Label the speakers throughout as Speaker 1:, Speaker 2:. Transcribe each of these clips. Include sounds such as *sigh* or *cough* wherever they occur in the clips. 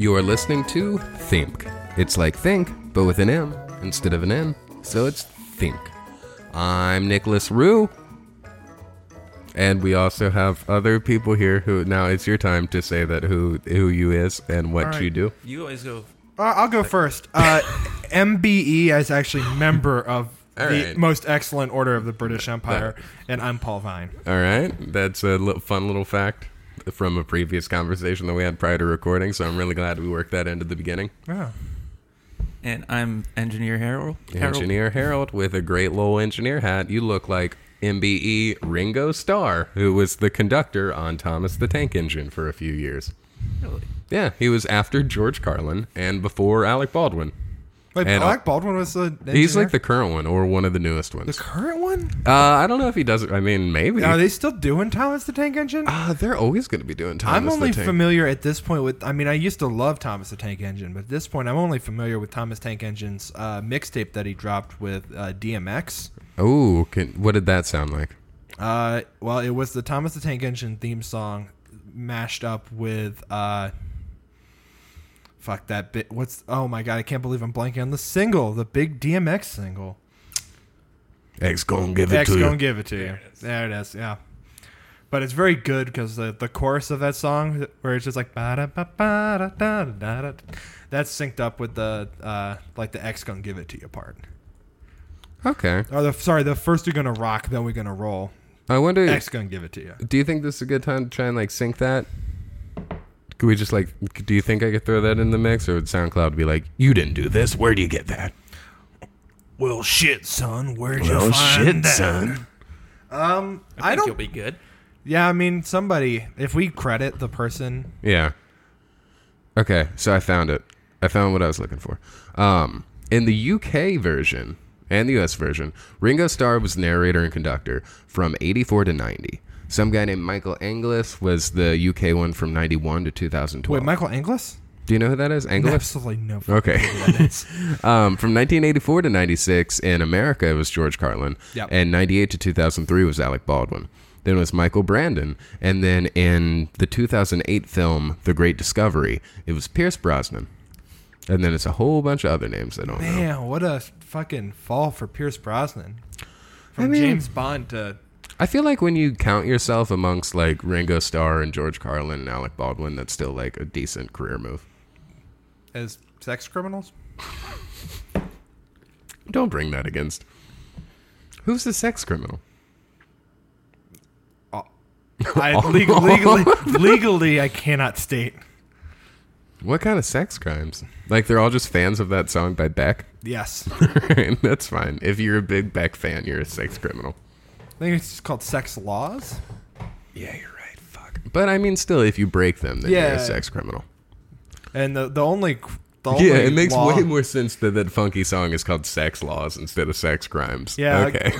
Speaker 1: You are listening to Think. It's like Think, but with an M instead of an N, so it's Think. I'm Nicholas Rue. And we also have other people here who now it's your time to say that who who you is and what
Speaker 2: All
Speaker 1: you
Speaker 2: right.
Speaker 1: do.
Speaker 3: You always go.
Speaker 2: Uh, I'll go first.
Speaker 1: *laughs*
Speaker 2: Uh, MBE is actually member of
Speaker 1: All
Speaker 2: the
Speaker 1: right.
Speaker 2: most excellent order of the British Empire, and I'm Paul Vine.
Speaker 1: All right, that's a li- fun little fact from a previous conversation that we had prior to recording. So I'm really glad we worked that into the beginning.
Speaker 2: Oh.
Speaker 3: And I'm engineer Harold. Harold.
Speaker 1: Engineer Harold with a great little engineer hat. You look like MBE Ringo Starr, who was the conductor on Thomas the Tank Engine for a few years.
Speaker 3: Really?
Speaker 1: Yeah, he was after George Carlin and before Alec Baldwin.
Speaker 2: Wait,
Speaker 1: And, uh,
Speaker 2: Alec Baldwin was the.
Speaker 1: He's
Speaker 2: engineer?
Speaker 1: like the current one or one of the newest
Speaker 2: the
Speaker 1: ones.
Speaker 2: current one.
Speaker 1: Uh, I don't know if he does it. I mean, maybe.
Speaker 2: Are they still doing Thomas the Tank Engine?
Speaker 1: Ah, they're always going to be doing Thomas
Speaker 2: I'm only
Speaker 1: the Tank.
Speaker 2: familiar at this point with. I mean, I used to love Thomas the Tank Engine, but at this point, I'm only familiar with Thomas Tank Engine's uh, mixtape that he dropped with uh, DMX.
Speaker 1: oh, can, what did that sound like?
Speaker 2: Uh, well, it was the Thomas the Tank Engine theme song mashed up with uh, fuck that bit. What's oh my god, I can't believe I'm blanking on the single, the big DMX single.
Speaker 1: X gonna give
Speaker 2: X
Speaker 1: you.
Speaker 2: gonna give it to you. There it is. Yeah. But it's very good because the, the chorus of that song, where it's just like ba da ba ba da da da da, that's synced up with the uh, like the X gonna give it to you part.
Speaker 1: Okay.
Speaker 2: Or the sorry, the first you're gonna rock, then we're gonna roll.
Speaker 1: I wonder.
Speaker 2: X gonna give it to you.
Speaker 1: Do you think this is a good time to try and like sync that? Could we just like? Do you think I could throw that in the mix, or would SoundCloud be like, "You didn't do this. Where do you get that?"
Speaker 2: Well, shit, son. Where'd
Speaker 1: Oh
Speaker 2: you find
Speaker 1: shit,
Speaker 2: that?
Speaker 1: son.
Speaker 2: I
Speaker 3: I, think
Speaker 2: don't-
Speaker 3: you'll be good.
Speaker 2: Yeah, I mean, somebody. If we credit the person,
Speaker 1: Yeah. Okay, so I found it. I found what I was looking for. Um, in the UK version and the US version, Ringo Starr was narrator and conductor from 84 to 90. Some guy named Michael Anglis was the UK one from 91 to 2012.
Speaker 2: wait, Michael Anglis?
Speaker 1: do you know who that is? Anglis?
Speaker 2: Absolutely no.
Speaker 1: Okay. *laughs* um, from 1984 to 96 in America, it was George Carlin.
Speaker 2: Yep.
Speaker 1: And 98 to 2003 was Alec Baldwin. Then it was Michael Brandon. And then in the 2008 film, The Great Discovery, it was Pierce Brosnan. And then it's a whole bunch of other names I don't know.
Speaker 2: Man, what a fucking fall for Pierce Brosnan. From
Speaker 1: mean-
Speaker 2: James Bond to
Speaker 1: I feel like when you count yourself amongst like Ringo Starr and George Carlin and Alec Baldwin, that's still like a decent career move.
Speaker 2: as sex
Speaker 1: *laughs*
Speaker 2: criminals.
Speaker 1: Don't bring that against. Who's the sex criminal?
Speaker 2: I
Speaker 1: *laughs*
Speaker 2: legal, legally, legally, I cannot state.
Speaker 1: What kind of sex crimes? Like they're all just fans of that song by Beck. *laughs*
Speaker 2: Yes, I
Speaker 1: Right, That's fine. If you're a big Beck fan, you're a sex criminal.
Speaker 2: think it's called sex laws.
Speaker 1: Yeah, you're right. Fuck. But I mean, still, if you break them, then you're
Speaker 2: Yeah.
Speaker 1: a sex criminal.
Speaker 2: And the the only the only
Speaker 1: yeah, it makes
Speaker 2: law-
Speaker 1: way more sense that that funky song is called "Sex Laws" instead of "Sex Crimes."
Speaker 2: Yeah,
Speaker 1: Okay.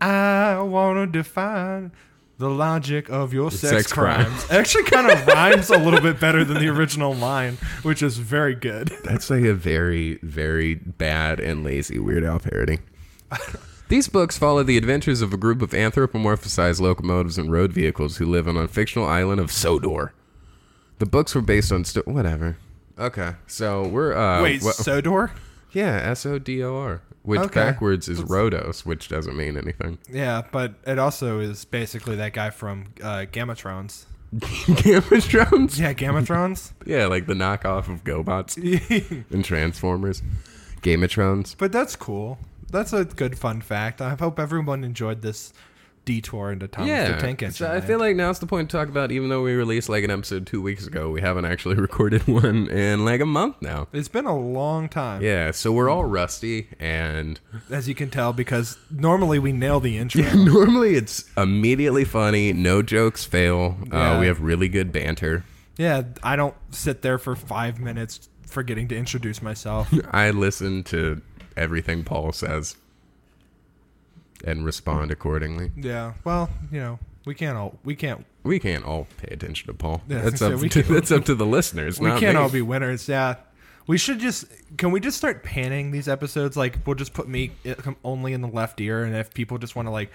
Speaker 2: I wanna define the logic of your sex,
Speaker 1: Sex
Speaker 2: crimes.
Speaker 1: crimes.
Speaker 2: Actually, kind
Speaker 1: *laughs*
Speaker 2: of rhymes a little bit better than the original line, which is
Speaker 1: *laughs*
Speaker 2: very good.
Speaker 1: That's like a very, very bad and lazy Weird Al parody. *laughs* These books follow the adventures of a group of anthropomorphized locomotives and road vehicles who live on a fictional island of Sodor. The books were based on sto- whatever. Okay, so we're uh,
Speaker 2: Wait,
Speaker 1: wha-
Speaker 2: Sodor?
Speaker 1: Yeah, S O D O R, which
Speaker 2: Okay.
Speaker 1: backwards is Rhodos, which doesn't mean *laughs* anything.
Speaker 2: Yeah, but it also is basically that guy from uh, Gamatrons.
Speaker 1: Gamma Jones? *laughs*
Speaker 2: Yeah, Gamatrons.
Speaker 1: Yeah, like the knockoff of GoBots and Transformers. Gamatrons.
Speaker 2: but that's cool. That's a good fun fact. I hope everyone enjoyed this detour into Thomas the Tank Engine.
Speaker 1: so uh, I feel like now's the point to talk about, even though we released like an episode two weeks ago, we haven't actually *laughs* recorded one in like a month now.
Speaker 2: it's been a long time,
Speaker 1: Yeah, so we're all rusty, *laughs* and
Speaker 2: as you can tell, because normally we nail the
Speaker 1: *laughs*
Speaker 2: intro.
Speaker 1: normally it's immediately funny, no jokes fail. Uh,
Speaker 2: Yeah.
Speaker 1: we have really good banter.
Speaker 2: yeah, I don't sit there for five minutes forgetting to introduce myself.
Speaker 1: I listen to everything Paul says and respond accordingly.
Speaker 2: yeah, well, you know, we can't all we can't
Speaker 1: We can't all pay attention to Paul.
Speaker 2: Yeah,
Speaker 1: that's
Speaker 2: so
Speaker 1: up
Speaker 2: we
Speaker 1: to,
Speaker 2: can't-
Speaker 1: that's up to the listeners.
Speaker 2: We
Speaker 1: not
Speaker 2: can't
Speaker 1: me.
Speaker 2: all be winners. Yeah. We should just. Can we just start panning these episodes? Like, we'll just put me i- only in the left ear, and if people just want to like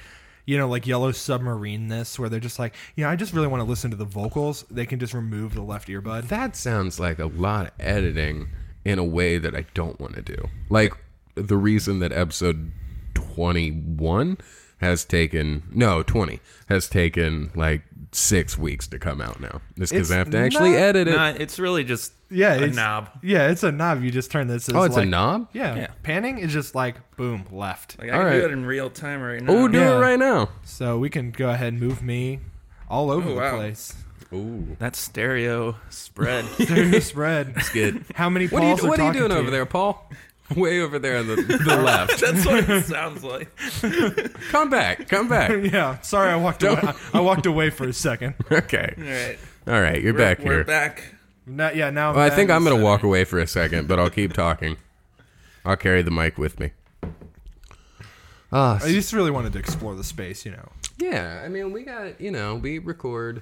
Speaker 2: you know, like Yellow Submarine this, where they're just like, yeah, I just really want to listen to the vocals. They can just remove the left earbud.
Speaker 1: That sounds like a lot of editing in a way that I don't want to do. Like the reason that episode 21 has taken no 20 has taken like six weeks to come out now. It's because
Speaker 2: It's
Speaker 1: I have to actually
Speaker 2: not-
Speaker 1: edit it.
Speaker 3: Nah, it's really just
Speaker 2: Yeah,
Speaker 3: a
Speaker 2: it's,
Speaker 3: knob.
Speaker 2: Yeah, it's a knob. You just turn this.
Speaker 1: oh, it's
Speaker 2: like-
Speaker 1: a knob.
Speaker 2: Yeah,
Speaker 3: Yeah.
Speaker 2: panning is just like boom left.
Speaker 3: Like I
Speaker 1: All
Speaker 3: can
Speaker 1: right.
Speaker 3: do it in real time right now.
Speaker 1: Oh, do
Speaker 2: Yeah.
Speaker 1: it right now.
Speaker 2: So we can go ahead and move me all over
Speaker 3: Oh,
Speaker 2: the
Speaker 3: wow.
Speaker 2: place.
Speaker 1: Ooh,
Speaker 3: That stereo spread.
Speaker 2: There's a spread.
Speaker 1: *laughs*
Speaker 2: *laughs*
Speaker 1: good.
Speaker 2: How many
Speaker 1: What are
Speaker 2: Pauls
Speaker 1: you, what are you
Speaker 2: talking
Speaker 1: doing
Speaker 2: to
Speaker 1: over there, Paul? Way over there on the,
Speaker 2: *laughs*
Speaker 1: the left.
Speaker 3: *laughs* That's what it sounds like.
Speaker 1: Come back. Come
Speaker 2: *laughs*
Speaker 1: back.
Speaker 2: Yeah, sorry, I walked away. I, I walked away for a second.
Speaker 1: Okay.
Speaker 3: All right.
Speaker 1: All right. You're
Speaker 3: We're,
Speaker 1: back
Speaker 3: we're
Speaker 1: here.
Speaker 3: back.
Speaker 2: Now, yeah, now.
Speaker 1: Well, I think I'm
Speaker 2: back.
Speaker 1: going to walk away for a second, but I'll keep talking. I'll carry the mic with me. Ah,
Speaker 2: I just really wanted to explore the space, you know.
Speaker 1: yeah. I mean, we got you know, we record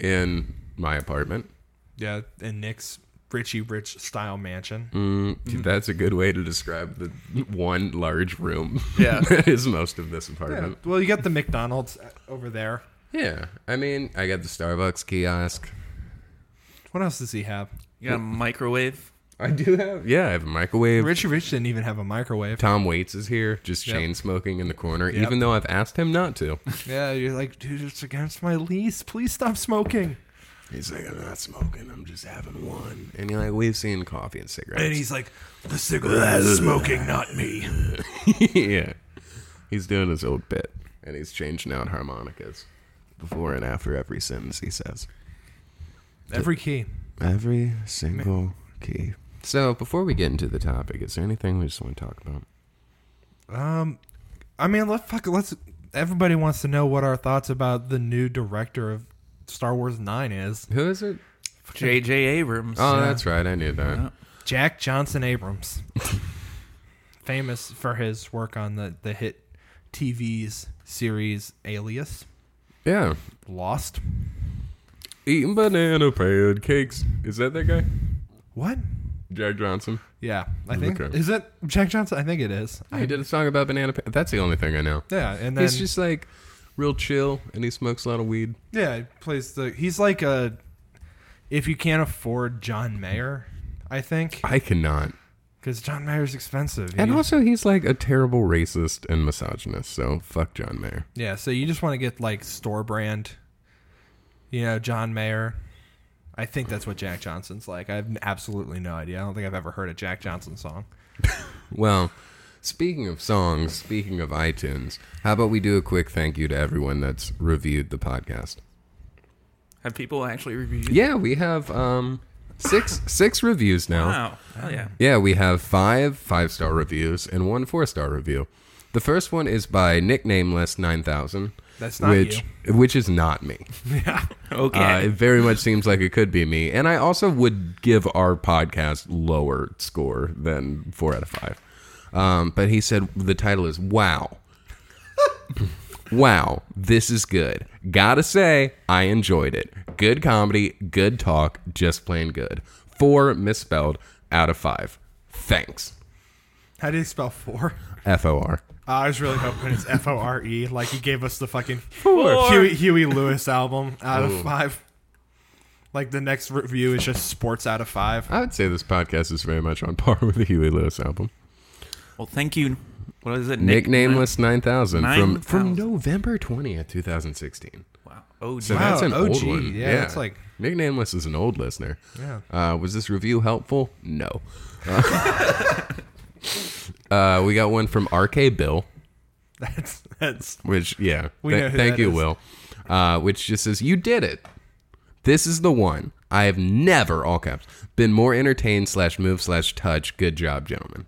Speaker 1: in my apartment.
Speaker 2: Yeah, and Nick's Richie Rich style mansion.
Speaker 1: Dude, That's a good way to describe the one large room.
Speaker 3: Yeah.
Speaker 1: *laughs* that is most of this
Speaker 2: Yeah.
Speaker 1: apartment.
Speaker 2: Well, you got the McDonald's uh, over there.
Speaker 1: Yeah. I mean, I got the Starbucks kiosk.
Speaker 2: What else does he have?
Speaker 3: You got a microwave.
Speaker 1: I do have. Yeah, I have a microwave.
Speaker 2: Richie Rich didn't even have a microwave.
Speaker 1: Tom Waits is here, just
Speaker 2: Yep.
Speaker 1: chain smoking in the corner,
Speaker 2: Yep.
Speaker 1: even though I've asked him not to.
Speaker 2: Yeah, you're like, dude, it's against my lease. Please stop smoking.
Speaker 1: He's like, I'm not smoking. I'm just having one. And you're like, we've seen coffee and cigarettes.
Speaker 2: And he's like, the cigarette is smoking, not me.
Speaker 1: *laughs* yeah. He's doing his old bit, and he's changing out harmonicas before and after every sentence he says.
Speaker 2: Every key.
Speaker 1: Every single key. So, before we get into the topic, is there anything we just want to talk about?
Speaker 2: Um, I mean, let's fuck. Let's. Everybody wants to know what our thoughts about the new director of Star Wars Nine is.
Speaker 1: Who is it?
Speaker 3: J.J. Abrams.
Speaker 1: Oh,
Speaker 2: Yeah.
Speaker 1: that's right. I knew that.
Speaker 3: Yeah.
Speaker 2: Jack Johnson Abrams, *laughs* famous for his work on the the hit TV's series Alias,
Speaker 1: Yeah.
Speaker 2: Lost.
Speaker 1: Eating banana pancakes. Is that that guy?
Speaker 2: What?
Speaker 1: Jack Johnson.
Speaker 2: Yeah, I think
Speaker 1: Okay.
Speaker 2: is it Jack Johnson. I think it is.
Speaker 1: He did a song about banana pa- That's the only thing I know.
Speaker 2: Yeah, and then
Speaker 1: he's just like real chill, and he smokes a lot of weed.
Speaker 2: yeah, he plays the. He's like a. If you can't afford John Mayer, I think
Speaker 1: I cannot.
Speaker 2: because John Mayer's expensive.
Speaker 1: And
Speaker 2: He-
Speaker 1: also, he's like a terrible racist and misogynist. So fuck John Mayer.
Speaker 2: Yeah, so you just want to get like store brand, you know, John Mayer. I think that's what Jack Johnson's like. I have n- absolutely no idea. I don't think I've ever heard a Jack Johnson song.
Speaker 1: Well, speaking of songs, speaking of iTunes, how about we do a quick thank you to everyone that's reviewed the podcast?
Speaker 3: Have people actually reviewed?
Speaker 1: Yeah, we have um six *laughs* six reviews now.
Speaker 3: Wow. Oh, Hell yeah.
Speaker 1: Yeah, we have five five star reviews and one four star review. The first one is by nicknameless nine thousand.
Speaker 2: That's not
Speaker 1: which which is not me.
Speaker 3: Okay.
Speaker 1: Uh, it very much seems like it could be me, and I also would give our podcast lower score than four out of five. Um, but he said the title is "Wow, *laughs* wow, this is good." Gotta say, I enjoyed it. Good comedy, good talk, just plain good. Four misspelled out of five. Thanks.
Speaker 2: How do you spell four?
Speaker 1: F O R.
Speaker 2: Uh, *laughs* I was really hoping it's F O R E, like he gave us the fucking
Speaker 3: Four.
Speaker 2: Huey, Huey Lewis album out of five. Like the next review is just sports out of five. *laughs*
Speaker 1: I would say this podcast is very much on par *laughs* with the Huey Lewis album.
Speaker 3: well, thank you. What is it? Nick-
Speaker 1: Nicknameless 9000 from, from
Speaker 3: 9000.
Speaker 1: November 20th, 2016.
Speaker 3: Wow. Oh,
Speaker 1: So
Speaker 3: wow.
Speaker 1: that's an
Speaker 2: OG.
Speaker 1: old one.
Speaker 2: Yeah, that's like-
Speaker 1: Nicknameless is an old listener.
Speaker 2: Yeah.
Speaker 1: Uh, was this review helpful? No. Uh, *laughs* uh, we got one from RK Bill,
Speaker 2: That's that's
Speaker 1: which, yeah.
Speaker 2: We know who
Speaker 1: thank
Speaker 2: that
Speaker 1: you,
Speaker 2: is.
Speaker 1: Will. Uh, which just says, You did it. This is the one. I have never, all caps, been more entertained slash move slash touch. Good job, gentlemen.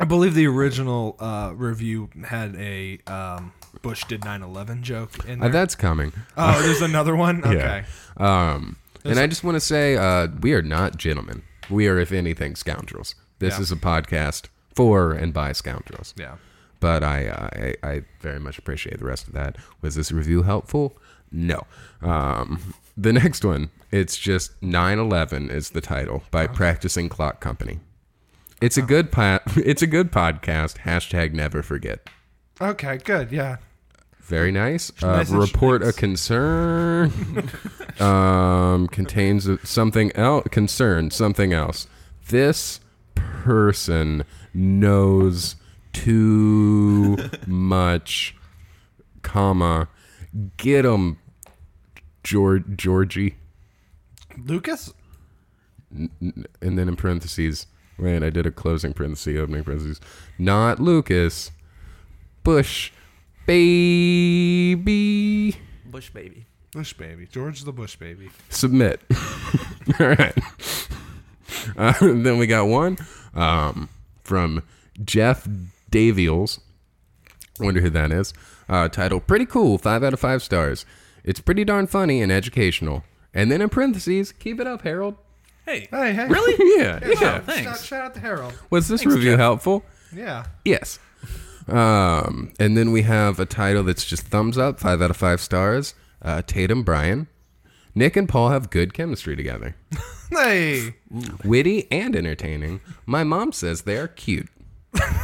Speaker 2: I believe the original uh, review had a um, Bush did 9/11 joke in
Speaker 1: Uh,
Speaker 2: there.
Speaker 1: that's coming.
Speaker 2: oh, there's another *laughs* one. Okay.
Speaker 1: Um, and I just want to say uh, we are not gentlemen. We are, if anything, scoundrels. This
Speaker 2: Yeah.
Speaker 1: is a podcast for and by scoundrels.
Speaker 2: Yeah.
Speaker 1: But I, uh, I, I very much appreciate the rest of that. Was this review helpful? No. Um, the next one, it's just 9 11 is the title
Speaker 2: Oh.
Speaker 1: by Practicing Clock Company. It's a *laughs* good po- it's a good podcast. Hashtag never forget.
Speaker 2: Okay, good. Yeah.
Speaker 1: Very nice. Uh,
Speaker 2: Nice and
Speaker 1: report a
Speaker 2: nice.
Speaker 1: concern. um, contains a- something else. Concern something else. This person knows too much, comma. Get him, George, Georgie.
Speaker 2: Lucas?
Speaker 1: and then in parentheses, wait, I did a closing parenthesis, opening parentheses, not Lucas, Bush, baby,
Speaker 3: Bush baby.
Speaker 2: Bush baby. George the Bush baby.
Speaker 1: submit. *laughs* All right. Uh, then we got one um, from Jeff Daviels. Wonder who that is. Uh, title Pretty Cool, 5 out of 5 stars. It's pretty darn funny and educational. And then in parentheses, keep it up, Harold.
Speaker 3: Hey.
Speaker 1: Oh,
Speaker 2: Hey, hey.
Speaker 3: Really?
Speaker 1: *laughs* Yeah,
Speaker 3: Wow,
Speaker 1: yeah.
Speaker 2: Shout,
Speaker 3: thanks.
Speaker 2: shout out to Harold.
Speaker 1: Was this review helpful?
Speaker 2: Yeah.
Speaker 1: Yes. Um, and then we have a title that's just thumbs up, five out of five stars. Uh, Tatum Bryan. Nick and Paul have good chemistry together.
Speaker 2: Hey.
Speaker 1: Witty and entertaining. My mom says they are cute.
Speaker 3: There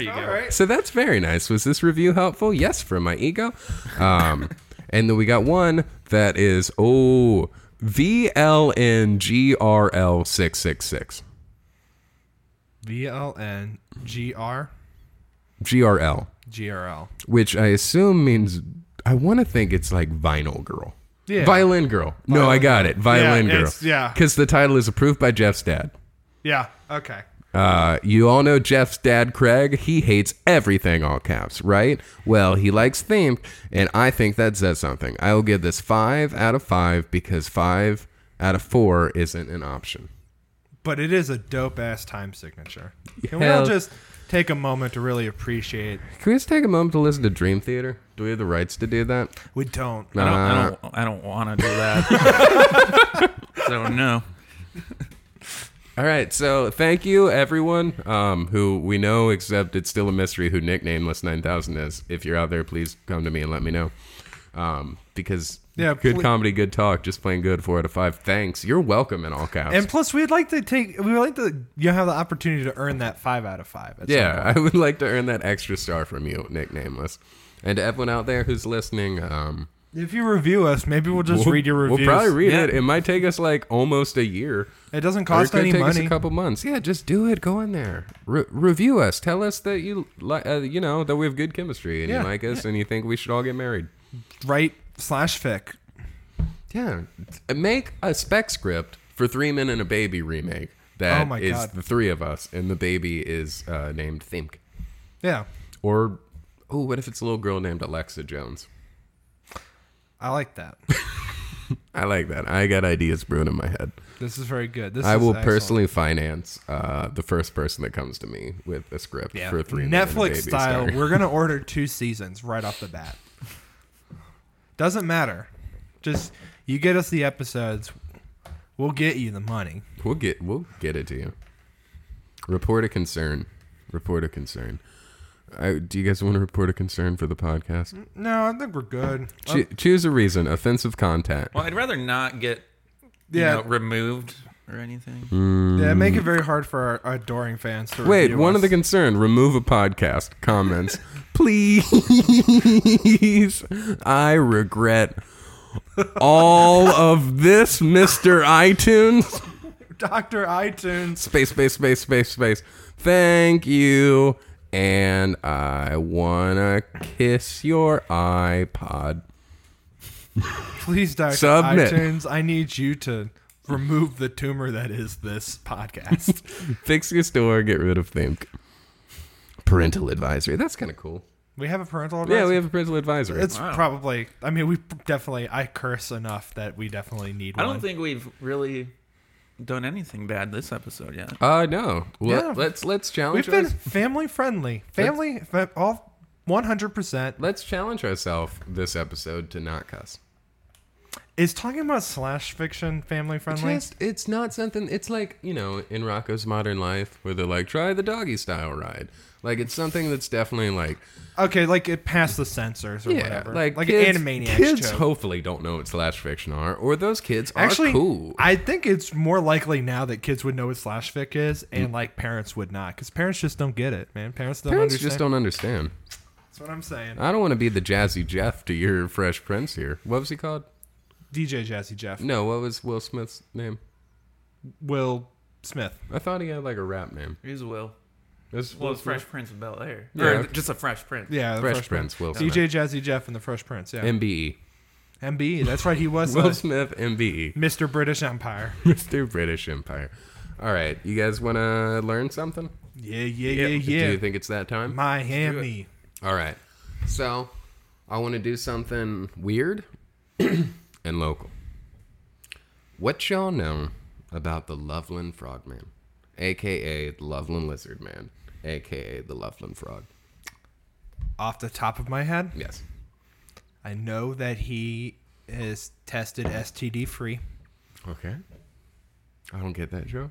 Speaker 3: you go.
Speaker 2: All right.
Speaker 1: So that's very nice. Was this review helpful? Yes, for my ego. Um, *laughs* and then we got one that is, oh, VLNGRL666.
Speaker 2: V L N G R
Speaker 1: GRL,
Speaker 2: G R L.
Speaker 1: which I assume means, I want to think it's like vinyl girl.
Speaker 2: Yeah.
Speaker 1: Violin Girl. no, I got it. Violin
Speaker 2: Yeah,
Speaker 1: Girl.
Speaker 2: it's- yeah.
Speaker 1: Because the title is approved by Jeff's dad.
Speaker 2: Yeah. Okay.
Speaker 1: Uh, you all know Jeff's dad, Craig. He hates everything all caps, right? Well, he likes themed, and I think that says something. I will give this five out of five because five out of four isn't an option.
Speaker 2: But it is a dope ass time signature. Can we all
Speaker 1: Hell.
Speaker 2: just take a moment to really appreciate?
Speaker 1: Can we just take a moment to listen to Dream Theater? Do we have the rights to do that?
Speaker 2: We don't.
Speaker 3: I don't,
Speaker 1: Uh,
Speaker 3: I don't, I don't want to do that.
Speaker 1: *laughs*
Speaker 3: so, no.
Speaker 1: All right, so thank you everyone um, who we know, except it's still a mystery who nicknameless nine thousand is. If you're out there, please come to me and let me know, um, because
Speaker 2: Yeah,
Speaker 1: good
Speaker 2: ple-
Speaker 1: comedy, good talk, just playing good four out of five. Thanks, you're welcome in all caps.
Speaker 2: And plus, we'd like to take. We'd like to. You have the opportunity to earn that five out of five. at some
Speaker 1: yeah, I would like to earn that extra star from you, nicknameless, and to everyone out there who's listening. Um,
Speaker 2: If you review us, maybe we'll just
Speaker 1: we'll-
Speaker 2: read your reviews.
Speaker 1: We'll probably read
Speaker 3: Yeah.
Speaker 1: it. It might take us like almost a year.
Speaker 2: It
Speaker 1: Or
Speaker 2: doesn't
Speaker 1: it
Speaker 2: cost
Speaker 1: could
Speaker 2: any
Speaker 1: take us
Speaker 2: money.
Speaker 1: a couple months. Yeah, just do it. Go in there, Re- review us. Tell us that you like, uh, you know, that we have good chemistry and
Speaker 2: Yeah,
Speaker 1: you like us and you think we should all get married.
Speaker 2: Write slash fic.
Speaker 1: Yeah, make a spec script for Three Men and a Baby remake
Speaker 2: Oh
Speaker 1: that
Speaker 2: my
Speaker 1: is
Speaker 2: God.
Speaker 1: the three of us and the baby is uh, named Think.
Speaker 2: Yeah,
Speaker 1: Or oh, what if it's a little girl named Alexa Jones?
Speaker 2: I like *laughs* that.
Speaker 1: I like that. I got ideas brewing in my head.
Speaker 2: This is very good. This
Speaker 1: I
Speaker 2: is
Speaker 1: will
Speaker 2: excellent.
Speaker 1: personally finance uh, the first person that comes to me with a script
Speaker 2: Yeah.
Speaker 1: for three Men and a
Speaker 2: Netflix
Speaker 1: Baby
Speaker 2: style.
Speaker 1: starring- *laughs*
Speaker 2: We're gonna order two seasons right off the bat. Doesn't matter. Just you get us the episodes, we'll get you the money.
Speaker 1: We'll get we'll get it to you. Report a concern. Report a concern. I, do you guys want to report a concern for the podcast?
Speaker 2: No, I think we're good.
Speaker 1: Choo- choose a reason. Offensive content.
Speaker 3: Well, I'd rather not get you
Speaker 2: Yeah.
Speaker 3: know, removed or anything.
Speaker 2: yeah, make it very hard for our adoring fans to
Speaker 1: mm. Wait,
Speaker 2: review
Speaker 1: one
Speaker 2: us.
Speaker 1: of the concern. Remove a podcast. Comments, please. I regret all of this, Mister iTunes.
Speaker 2: Doctor iTunes.
Speaker 1: space, space, space, space, space. Thank you. And I wanna kiss your iPod.
Speaker 2: Please, Doctor
Speaker 1: Submit.
Speaker 2: iTunes. I need you to remove the tumor that is this podcast. *laughs*
Speaker 1: Fix your store, get rid of Think. Parental advisory. That's kind of cool.
Speaker 2: we have a parental advisory.
Speaker 1: Yeah, we have a parental advisory.
Speaker 2: It's probably. I mean, we definitely. I curse enough that we definitely need
Speaker 3: I
Speaker 2: one.
Speaker 3: don't think we've really done anything bad this episode yet.
Speaker 1: uh no. Let,
Speaker 2: Yeah.
Speaker 1: Let's let's
Speaker 2: We've
Speaker 1: challenge
Speaker 2: been *laughs*
Speaker 1: us-
Speaker 2: family friendly. Family, fa- all 100%.
Speaker 1: let's challenge ourselves this episode to not cuss.
Speaker 2: Is talking about slash fiction family friendly?
Speaker 1: Just it's not something it's like, you know, in Rocco's modern life where they're like, try the doggy style ride. Like it's something that's definitely like
Speaker 2: Okay, like it passed the censors or
Speaker 1: yeah,
Speaker 2: whatever.
Speaker 1: like
Speaker 2: like
Speaker 1: kids,
Speaker 2: an Animaniacs
Speaker 1: Kids
Speaker 2: joke.
Speaker 1: hopefully don't know what slash fiction are, or those kids are
Speaker 2: Actually,
Speaker 1: cool.
Speaker 2: I think it's more likely now that kids would know what slash fic
Speaker 1: Mm.
Speaker 2: is and like parents would not because parents just don't get it, man. Parents don't
Speaker 1: Parents
Speaker 2: understand.
Speaker 1: just don't understand.
Speaker 2: That's what I'm saying.
Speaker 1: I don't want to be the Jazzy Jeff to your Fresh Prince here. What was he called?
Speaker 2: DJ Jazzy Jeff.
Speaker 1: No, what was Will Smith's name?
Speaker 2: Will Smith.
Speaker 1: I thought he had like a rap name.
Speaker 3: He's Will.
Speaker 1: This
Speaker 3: Well, it's Fresh Prince of Bel Air.
Speaker 1: Yeah.
Speaker 3: Or just a Fresh Prince.
Speaker 2: Yeah, the
Speaker 1: Fresh Prince, Will Smith.
Speaker 2: DJ Jazzy Jeff and the Fresh Prince. Yeah.
Speaker 1: MBE.
Speaker 2: MB. That's *laughs* right. He was
Speaker 1: Will
Speaker 2: uh,
Speaker 1: Smith, *laughs* MBE.
Speaker 2: Mr. British Empire.
Speaker 1: Mr. British Empire. All right, you guys want to learn something?
Speaker 2: Yeah, yeah, yeah,
Speaker 1: Do
Speaker 2: yeah.
Speaker 1: you think it's that time?
Speaker 2: Miami.
Speaker 1: All right. So, I want to do something weird *clears throat* and local. What y'all know about the Loveland Frogman, aka the Loveland Lizard Man, aka the Loveland Frog?
Speaker 2: Off the top of my head,
Speaker 1: Yes.
Speaker 2: I know that he is tested STD free.
Speaker 1: Okay. I don't get that joke.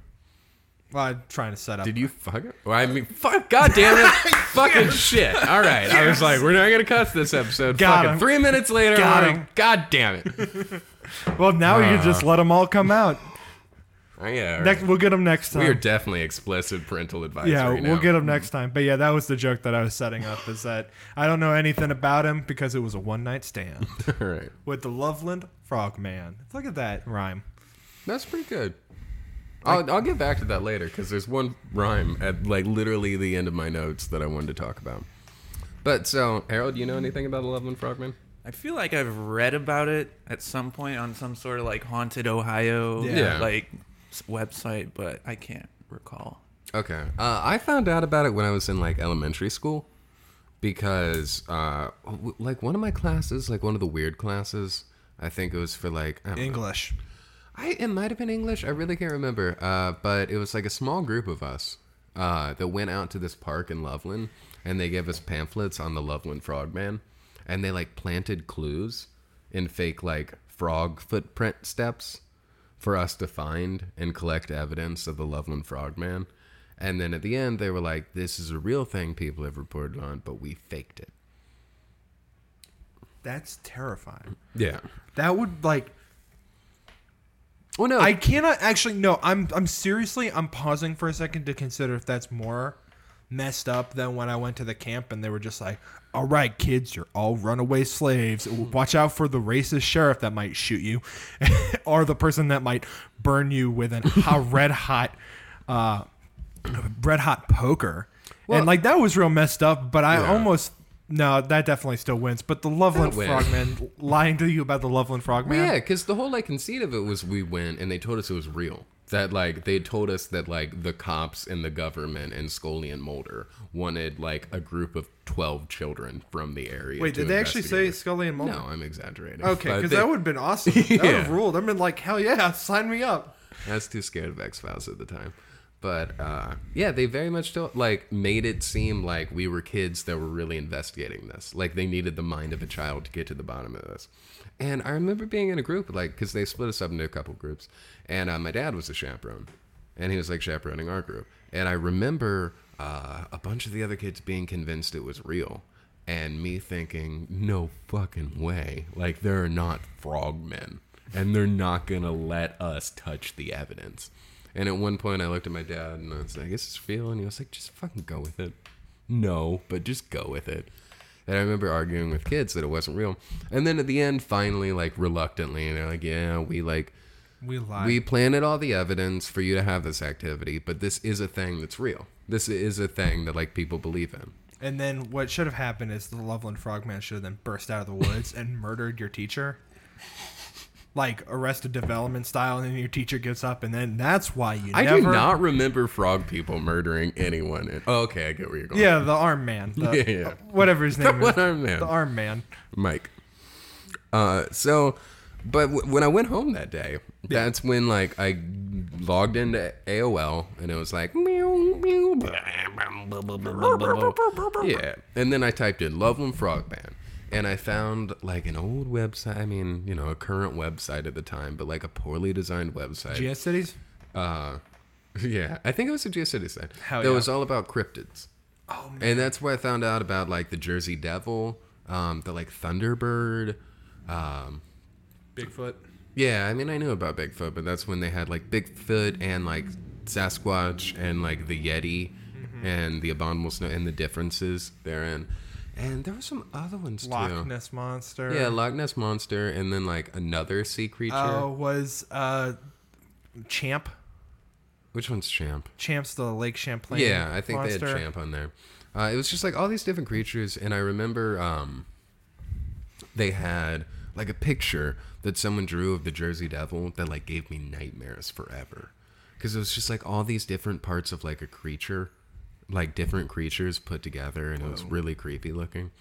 Speaker 2: Well, I'm trying to set up.
Speaker 1: Did you fuck it? Well, I mean, fuck, *laughs* god damn it. Fucking shit. All right. I was like, we're not going to cuss this episode.
Speaker 2: Got
Speaker 1: Fucking
Speaker 2: him.
Speaker 1: three minutes later.
Speaker 2: Got
Speaker 1: I'm
Speaker 2: him.
Speaker 1: like, God damn it. *laughs*
Speaker 2: Well, now you
Speaker 1: Uh.
Speaker 2: just let them all come out.
Speaker 1: Oh, yeah. all
Speaker 2: Next,
Speaker 1: right.
Speaker 2: we'll get them next time.
Speaker 1: We are definitely explicit parental advice.
Speaker 2: yeah,
Speaker 1: right
Speaker 2: we'll
Speaker 1: now.
Speaker 2: get him next time. But yeah, that was the joke that I was setting up. Is that I don't know anything about him because it was a one
Speaker 1: *laughs*
Speaker 2: night stand
Speaker 1: All right.
Speaker 2: with the Loveland Frogman. Look at that rhyme.
Speaker 1: That's pretty good. I'll, I'll get back to that later because there's one rhyme at like literally the end of my notes that I wanted to talk about. But so, Harold, you know anything about the Loveland Frogman?
Speaker 3: I feel like I've read about it at some point on some sort of like haunted Ohio
Speaker 1: Yeah.
Speaker 3: like s- website, but I can't recall.
Speaker 1: Okay. Uh, I found out about it when I was in like elementary school because uh, w- like one of my classes, like one of the weird classes, I think it was for like I don't know.
Speaker 2: English.
Speaker 1: I it might have been English. I really can't remember. Uh, but it was like a small group of us uh, that went out to this park in Loveland, and they gave us pamphlets on the Loveland Frogman, and they like planted clues in fake like frog footprint steps for us to find and collect evidence of the Loveland Frogman. And then at the end, they were like, "This is a real thing people have reported on, but we faked it."
Speaker 2: That's terrifying.
Speaker 1: Yeah.
Speaker 2: That would like
Speaker 1: Well, no.
Speaker 2: I cannot actually. No, I'm. I'm seriously. I'm pausing for a second to consider if that's more messed up than when I went to the camp and they were just like, "All right, kids, you're all runaway slaves. Watch out for the racist sheriff that might shoot you, *laughs* or the person that might burn you with
Speaker 1: *laughs*
Speaker 2: an hot, red hot, uh, red hot poker."
Speaker 1: Well-
Speaker 2: and like that was real messed up. But I
Speaker 1: Yeah.
Speaker 2: almost. No, that definitely still wins. But the Loveland
Speaker 1: That wins.
Speaker 2: Frogman lying to you about the Loveland Frogman.
Speaker 1: Well, yeah, because the whole like conceit of it was we went and they told us it was real. That like they told us that like the cops and the government and Scully and Mulder wanted like a group of twelve children from the area.
Speaker 2: Wait,
Speaker 1: to
Speaker 2: did they actually say
Speaker 1: investigate
Speaker 2: Scully and
Speaker 1: it.
Speaker 2: Mulder?
Speaker 1: No, I'm exaggerating.
Speaker 2: Okay,
Speaker 1: But
Speaker 2: because
Speaker 1: they-
Speaker 2: that would have been awesome. That
Speaker 1: *laughs*
Speaker 2: would
Speaker 1: Yeah.
Speaker 2: have ruled. I've been like, hell yeah, sign me up.
Speaker 1: I was too scared of X Files at the time. But uh, yeah, they very much still like made it seem like we were kids that were really investigating this. Like they needed the mind of a child to get to the bottom of this. And I remember being in a group, like, because they split us up into a couple groups. And uh, my dad was a chaperone, and he was like chaperoning our group. And I remember uh, a bunch of the other kids being convinced it was real and me thinking, no fucking way. Like, they're not frogmen, and they're not gonna let us touch the evidence. And at one point, I looked at my dad and I was like, this is real. And he was like, just fucking go with it. No, but just go with it. And I remember arguing with kids that it wasn't real. And then at the end, finally, like reluctantly, they're like, yeah, we like
Speaker 2: We lied.
Speaker 1: we planted all the evidence for you to have this activity, but this is a thing that's real. This is a thing that like people believe in.
Speaker 2: and then what should have happened is the Loveland Frogman should have then burst out of the woods and murdered your teacher. Like arrested development style, and then your teacher gets up, and then that's why you
Speaker 1: I
Speaker 2: never.
Speaker 1: do not remember frog people murdering anyone. In- oh, okay, I get where you're going.
Speaker 2: Yeah, the arm man. The,
Speaker 1: Yeah, yeah.
Speaker 2: Whatever
Speaker 1: *laughs*
Speaker 2: his name is.
Speaker 1: one-armed man.
Speaker 2: The arm man.
Speaker 1: Mike. Uh, so, but w- when I went home that day, that's when like I logged into AOL and it was like, meow, meow, blah, blah, blah, blah, blah, blah. yeah, and then I typed in Loveland Frog Band. And I found like an old website. I mean, you know, a current website at the time, but like a poorly designed website.
Speaker 2: GS cities.
Speaker 1: uh, yeah, I think it was a GeoCity site.
Speaker 2: Hell
Speaker 1: that
Speaker 2: yeah.
Speaker 1: was all about cryptids.
Speaker 2: Oh, man.
Speaker 1: And that's where I found out about like the Jersey Devil, um, the like Thunderbird. Um,
Speaker 2: Bigfoot.
Speaker 1: yeah, I mean I knew about Bigfoot, but that's when they had like Bigfoot and like
Speaker 2: Mm-hmm.
Speaker 1: Sasquatch and like the Yeti and the abominable snow and the differences therein. And there were some other ones too.
Speaker 2: Loch Ness monster.
Speaker 1: Yeah, Loch Ness monster, and then like another sea creature.
Speaker 2: uh, was uh, Champ.
Speaker 1: Which one's Champ?
Speaker 2: Champ's the Lake Champlain.
Speaker 1: Yeah, I think they
Speaker 2: monster.
Speaker 1: had Champ on there. Uh, it was just like all these different creatures, and I remember um, they had like a picture that someone drew of the Jersey Devil that like gave me nightmares forever, because it was just like all these different parts of like a creature, like different creatures put together, and it was really creepy looking.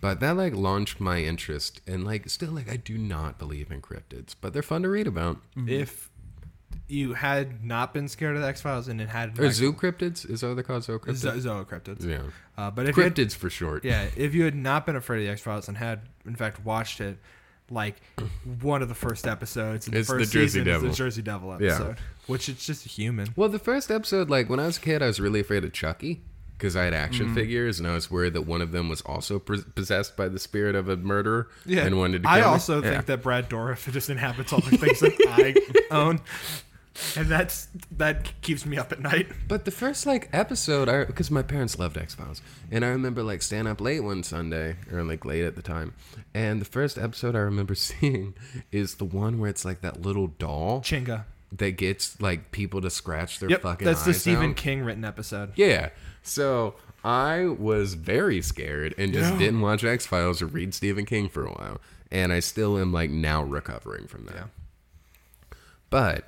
Speaker 1: But that like launched my interest, and like still like I do not believe in cryptids, but they're fun to read about.
Speaker 2: If you had not been scared of the X Files and it had
Speaker 1: Or zoo cryptids is that what they're called? Zoo cryptids.
Speaker 2: Zo- zoocryptids,
Speaker 1: yeah,
Speaker 2: uh, but if you had,
Speaker 1: cryptids for short.
Speaker 2: yeah, if you had not been afraid of the X Files and had in fact watched it, like one of the first episodes, in
Speaker 1: It's the
Speaker 2: the first
Speaker 1: Jersey
Speaker 2: season is
Speaker 1: Devil.
Speaker 2: the Jersey Devil
Speaker 1: Yeah.
Speaker 2: episode, which it's just a human.
Speaker 1: Well, the first episode, like when I was a kid, I was really afraid of Chucky because I had action
Speaker 2: Mm.
Speaker 1: figures and I was worried that one of them was also pos- possessed by the spirit of a murderer
Speaker 2: Yeah,
Speaker 1: and wanted to kill
Speaker 2: I
Speaker 1: me.
Speaker 2: also
Speaker 1: Yeah.
Speaker 2: think that Brad Dourif just inhabits all the things that I
Speaker 1: *laughs*
Speaker 2: own, and that's that keeps me up at night.
Speaker 1: But the first like episode, I because my parents loved X Files, and I remember like staying up late one Sunday or like late at the time, and the first episode I remember *laughs* seeing is the one where it's like that little doll
Speaker 2: Chinga.
Speaker 1: that gets like people to scratch their
Speaker 2: Yep,
Speaker 1: fucking.
Speaker 2: that's the
Speaker 1: eyes
Speaker 2: Stephen
Speaker 1: out.
Speaker 2: King written episode.
Speaker 1: Yeah. So I was very scared and just
Speaker 2: Yeah.
Speaker 1: didn't watch X Files or read Stephen King for a while. And I still am like now recovering from that. But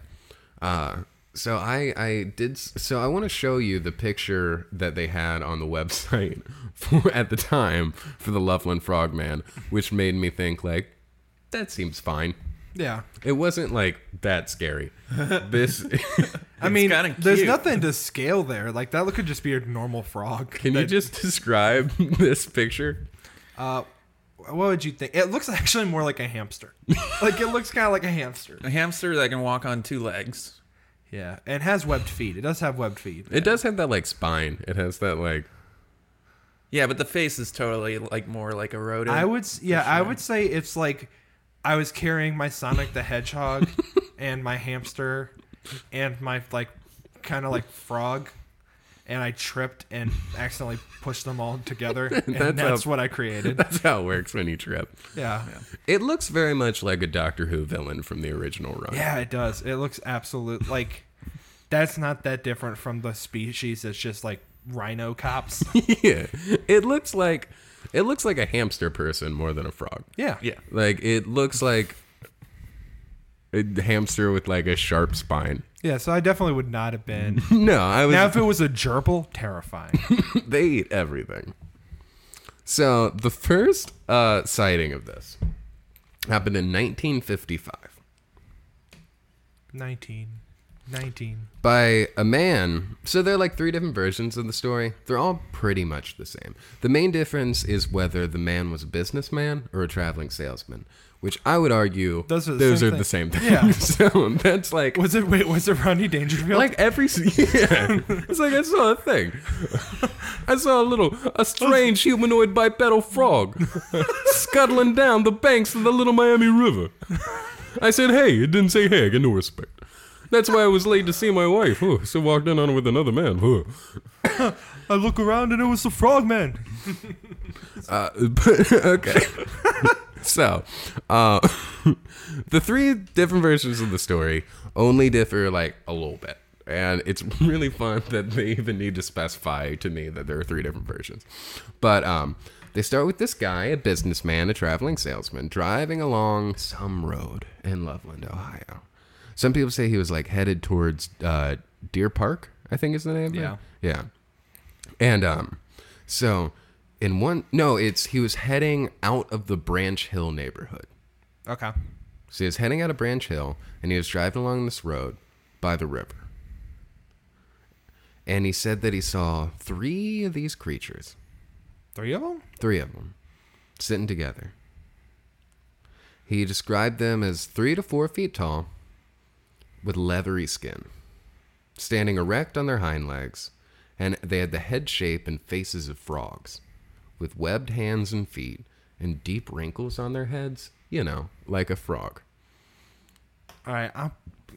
Speaker 1: uh so I I did s- so I want to show you the picture that they had on the website *laughs* for at the time for the Loveland Frogman, which made me think like that seems fine.
Speaker 2: Yeah.
Speaker 1: It wasn't like that scary. This *laughs*
Speaker 2: I mean,
Speaker 3: kinda
Speaker 2: there's
Speaker 3: cute.
Speaker 2: nothing to scale there. Like that could just be a normal
Speaker 1: *laughs*
Speaker 2: frog.
Speaker 1: Can you just describe *laughs* this picture?
Speaker 2: What would you think? It looks actually more like a hamster. like it looks kind of like a hamster.
Speaker 3: A hamster that can walk on two legs.
Speaker 2: Yeah, and it has webbed feet. It does have webbed feet.
Speaker 1: It does have that like spine. It has that like *laughs*
Speaker 3: Yeah, but the face is totally like more like a rodent.
Speaker 2: I would, s- yeah, I would say it's like I was carrying my Sonic the Hedgehog and my hamster and my like kind of like frog, and I tripped and accidentally pushed them all together, and
Speaker 1: That's
Speaker 2: that's,
Speaker 1: a-
Speaker 2: what I created.
Speaker 1: that's how it works when you trip.
Speaker 2: Yeah.
Speaker 1: It looks very much like a Doctor Who villain from the original run.
Speaker 2: Yeah, it does. It looks absolute like that's not that different from the species that's just like rhino cops.
Speaker 1: *laughs* Yeah. It looks like it looks like a hamster person more than a frog.
Speaker 2: *laughs* Yeah.
Speaker 3: Yeah.
Speaker 1: Like it looks like a hamster with like a sharp spine. *laughs*
Speaker 2: Yeah, so I definitely would not have been.
Speaker 1: No, I was
Speaker 2: Now if it was a gerbil, terrifying.
Speaker 1: *laughs*
Speaker 2: *laughs*
Speaker 1: they eat everything. So the first uh, sighting of this happened in 1955.
Speaker 2: 19 19
Speaker 1: by a man. So there are like three different versions of the story. They're all pretty much the same. The main difference is whether the man was a businessman or a traveling salesman, which I would argue
Speaker 2: Those are the
Speaker 1: those
Speaker 2: same
Speaker 1: are
Speaker 2: thing.
Speaker 1: the same thing. *laughs*
Speaker 2: Yeah.
Speaker 1: so that's like
Speaker 2: Was it wait, was it Rodney Dangerfield?
Speaker 1: like every s- *laughs* yeah. It's like I saw a thing. *laughs* I saw a little a strange humanoid bipedal frog scuttling down the banks of the Little Miami River. I said, "Hey!" It didn't say "Hey." I get no respect. That's why I was late to see my wife. Oh, so walked in on her with another man. Oh.
Speaker 2: I look around and it was the frogman.
Speaker 1: Uh, *laughs* but, okay. so, uh, *laughs* the three different versions of the story only differ like a little bit. And it's really fun *laughs* that they even need to specify to me that there are three different versions. But um, they start with this guy, a businessman, a traveling salesman, driving along some road in Loveland, Ohio. Some people say he was like headed towards uh, Deer Park, I think is the name. of it.
Speaker 2: Yeah.
Speaker 1: Yeah. And um, so in one, no, it's he was heading out of the Branch Hill neighborhood.
Speaker 2: Okay.
Speaker 1: So he was heading out of Branch Hill and he was driving along this road by the river. And he said that he saw three of these creatures,
Speaker 2: Three of them?
Speaker 1: three of them, sitting together. He described them as three to four feet tall with leathery skin, standing erect on their hind legs, and they had the head shape and faces of frogs, with webbed hands and feet and deep wrinkles on their heads, you know, like a frog.
Speaker 2: All right. I'm,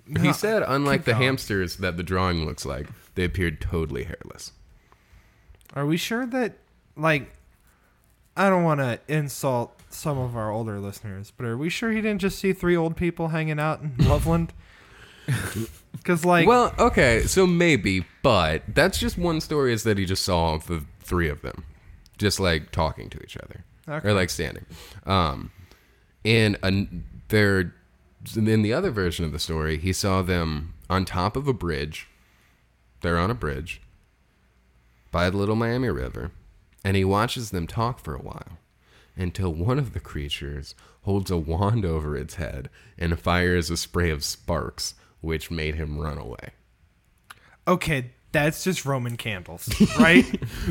Speaker 1: He
Speaker 2: no,
Speaker 1: said, unlike the
Speaker 2: going.
Speaker 1: hamsters that the drawing looks like, they appeared totally hairless.
Speaker 2: Are we sure that like I don't want to insult some of our older listeners, but are we sure he didn't just see three old people hanging
Speaker 1: *laughs*
Speaker 2: out in Loveland? Because like,
Speaker 1: Well, okay, so maybe, but that's just one story is that he just saw the three of them, just like talking to each other
Speaker 2: Okay.
Speaker 1: or like standing. Um, in an there, in the other version of the story, he saw them on top of a bridge. They're on a bridge by the Little Miami River, and he watches them talk for a while until one of the creatures holds a wand over its head and fires a spray of sparks, which made him run away.
Speaker 2: okay, that's just Roman candles,
Speaker 1: *laughs*
Speaker 2: right?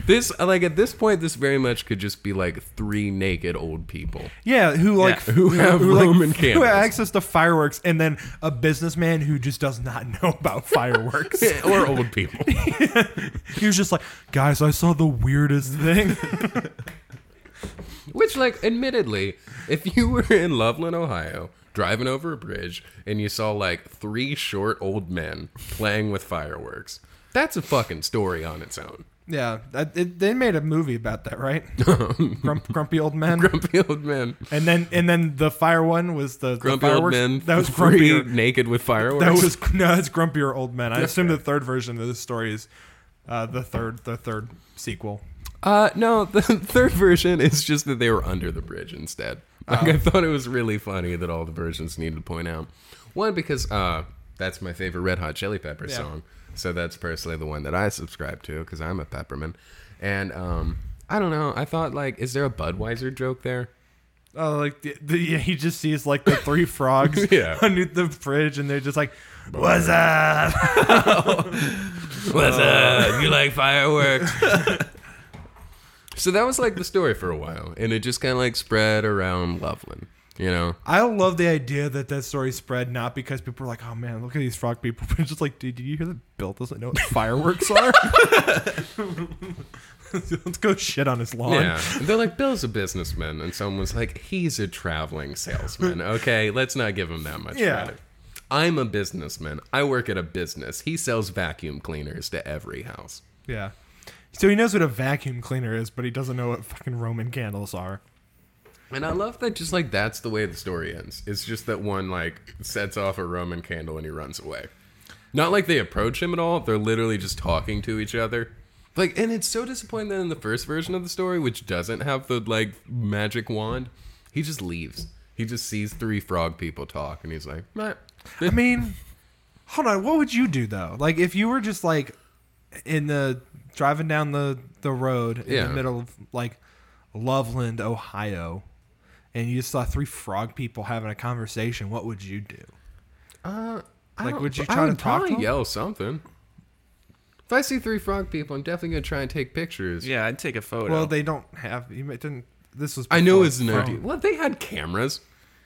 Speaker 1: This, like, at this point, this very much could just be like three naked old people.
Speaker 2: yeah, who like
Speaker 3: Yeah,
Speaker 1: who have Roman
Speaker 2: who
Speaker 1: candles.
Speaker 2: have access to fireworks, and then a businessman who just does not *laughs* know
Speaker 1: *laughs*
Speaker 2: about fireworks.
Speaker 1: Eh, or old
Speaker 2: *laughs*
Speaker 1: people.
Speaker 2: he was just like, guys, I saw the weirdest
Speaker 1: *laughs*
Speaker 2: thing.
Speaker 1: Which, like, admittedly, if you were in Loveland, Ohio, driving over a bridge and you saw like three short old men playing with fireworks, that's a fucking story on its own. *laughs*
Speaker 2: yeah, that, it, they made a movie about that, right? Grump, grumpy old man.
Speaker 1: Grumpy old men.
Speaker 2: And then and then the fire one was the, the
Speaker 1: Grumpy old
Speaker 2: fireworks.
Speaker 1: men. *laughs*
Speaker 2: that was
Speaker 1: three
Speaker 2: grumpier.
Speaker 1: naked with fireworks.
Speaker 2: That was *laughs* no, that's grumpier old men. I
Speaker 1: That's
Speaker 2: assume
Speaker 1: fair.
Speaker 2: the third version of this story is uh, the third the third sequel.
Speaker 1: Uh, no, *laughs* the third version is just that they were under the bridge instead. Like, I thought it was really funny that all the versions needed to point out. One, because uh, that's my favorite Red Hot Chili Peppers
Speaker 2: Yeah.
Speaker 1: song. So that's personally the one that I subscribe to because I'm a pepperman. And um, I don't know. I thought, like, is there a Budweiser joke there?
Speaker 2: Oh, like the, the, yeah, he just sees like the
Speaker 1: *laughs*
Speaker 2: three frogs
Speaker 1: Yeah.
Speaker 2: underneath the bridge, and they're just like, "What's up?"
Speaker 1: *laughs* *laughs* What's up? You like fireworks? *laughs* so that was like the story for a while. And it just kind of like spread around Loveland, you know?
Speaker 2: I love the idea that that story spread not because people were like, "Oh man, look at these frog people," *laughs* but it's just like, "Dude, did you hear that Bill doesn't know what
Speaker 1: *laughs*
Speaker 2: fireworks are?" *laughs* Let's go shit on his lawn.
Speaker 1: Yeah. They're like, Bill's a businessman. And someone's like, he's a traveling salesman. Okay, let's not give him that much
Speaker 2: Yeah.
Speaker 1: credit. I'm a businessman. I work at a business. He sells vacuum cleaners to every house.
Speaker 2: Yeah. So he knows what a vacuum cleaner is, but he doesn't know what fucking Roman candles are.
Speaker 1: And I love that just like that's the way the story ends. It's just that one like sets off a Roman candle and he runs away. Not like they approach him at all. They're literally just talking to each other. Like and it's so disappointing that in the first version of the story, which doesn't have the like magic wand, he just leaves. He just sees three frog people talk and he's like, right.
Speaker 2: I mean, *laughs* hold on. What would you do though? Like, if you were just like in the driving down the the road in
Speaker 1: Yeah.
Speaker 2: the middle of like Loveland, Ohio, and you saw three frog people having a conversation, what would you do?
Speaker 1: Uh, I
Speaker 2: Like,
Speaker 1: don't-
Speaker 2: would you
Speaker 1: I
Speaker 2: try to
Speaker 1: would
Speaker 2: talk to
Speaker 1: probably
Speaker 2: them?
Speaker 1: Yell something. If I see three frog people, I'm definitely gonna try and take pictures.
Speaker 3: Yeah, I'd take a photo.
Speaker 2: Well, they don't have. You may- didn't. This was.
Speaker 1: I know
Speaker 2: before
Speaker 1: it's no.
Speaker 2: phone.
Speaker 1: Well, they had cameras.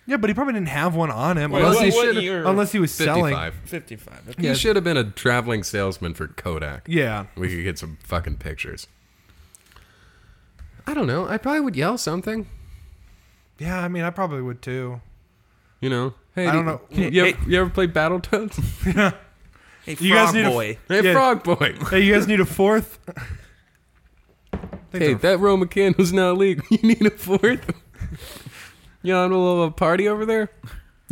Speaker 2: Yeah, but he probably didn't have one on him
Speaker 3: Well,
Speaker 2: unless,
Speaker 3: what,
Speaker 2: he,
Speaker 3: what
Speaker 1: should've-
Speaker 3: year?
Speaker 2: unless he was selling.
Speaker 1: 55.
Speaker 3: 55. Okay.
Speaker 1: He should have been a traveling salesman for Kodak.
Speaker 2: Yeah.
Speaker 1: We could get some fucking pictures. I don't know. I probably would yell something.
Speaker 2: Yeah, I mean, I probably would too.
Speaker 1: You know, hey,
Speaker 2: I
Speaker 1: do
Speaker 2: don't know.
Speaker 1: You, you, ever, you ever play Battletoads? *laughs*
Speaker 3: Hey, frog
Speaker 2: You guys need to-
Speaker 3: boy.
Speaker 1: hey,
Speaker 2: Yeah.
Speaker 1: Frog Boy.
Speaker 2: Hey, you guys need a fourth?
Speaker 1: Hey, that Roma can was not legal. *laughs* You need a fourth. you on a little party over there?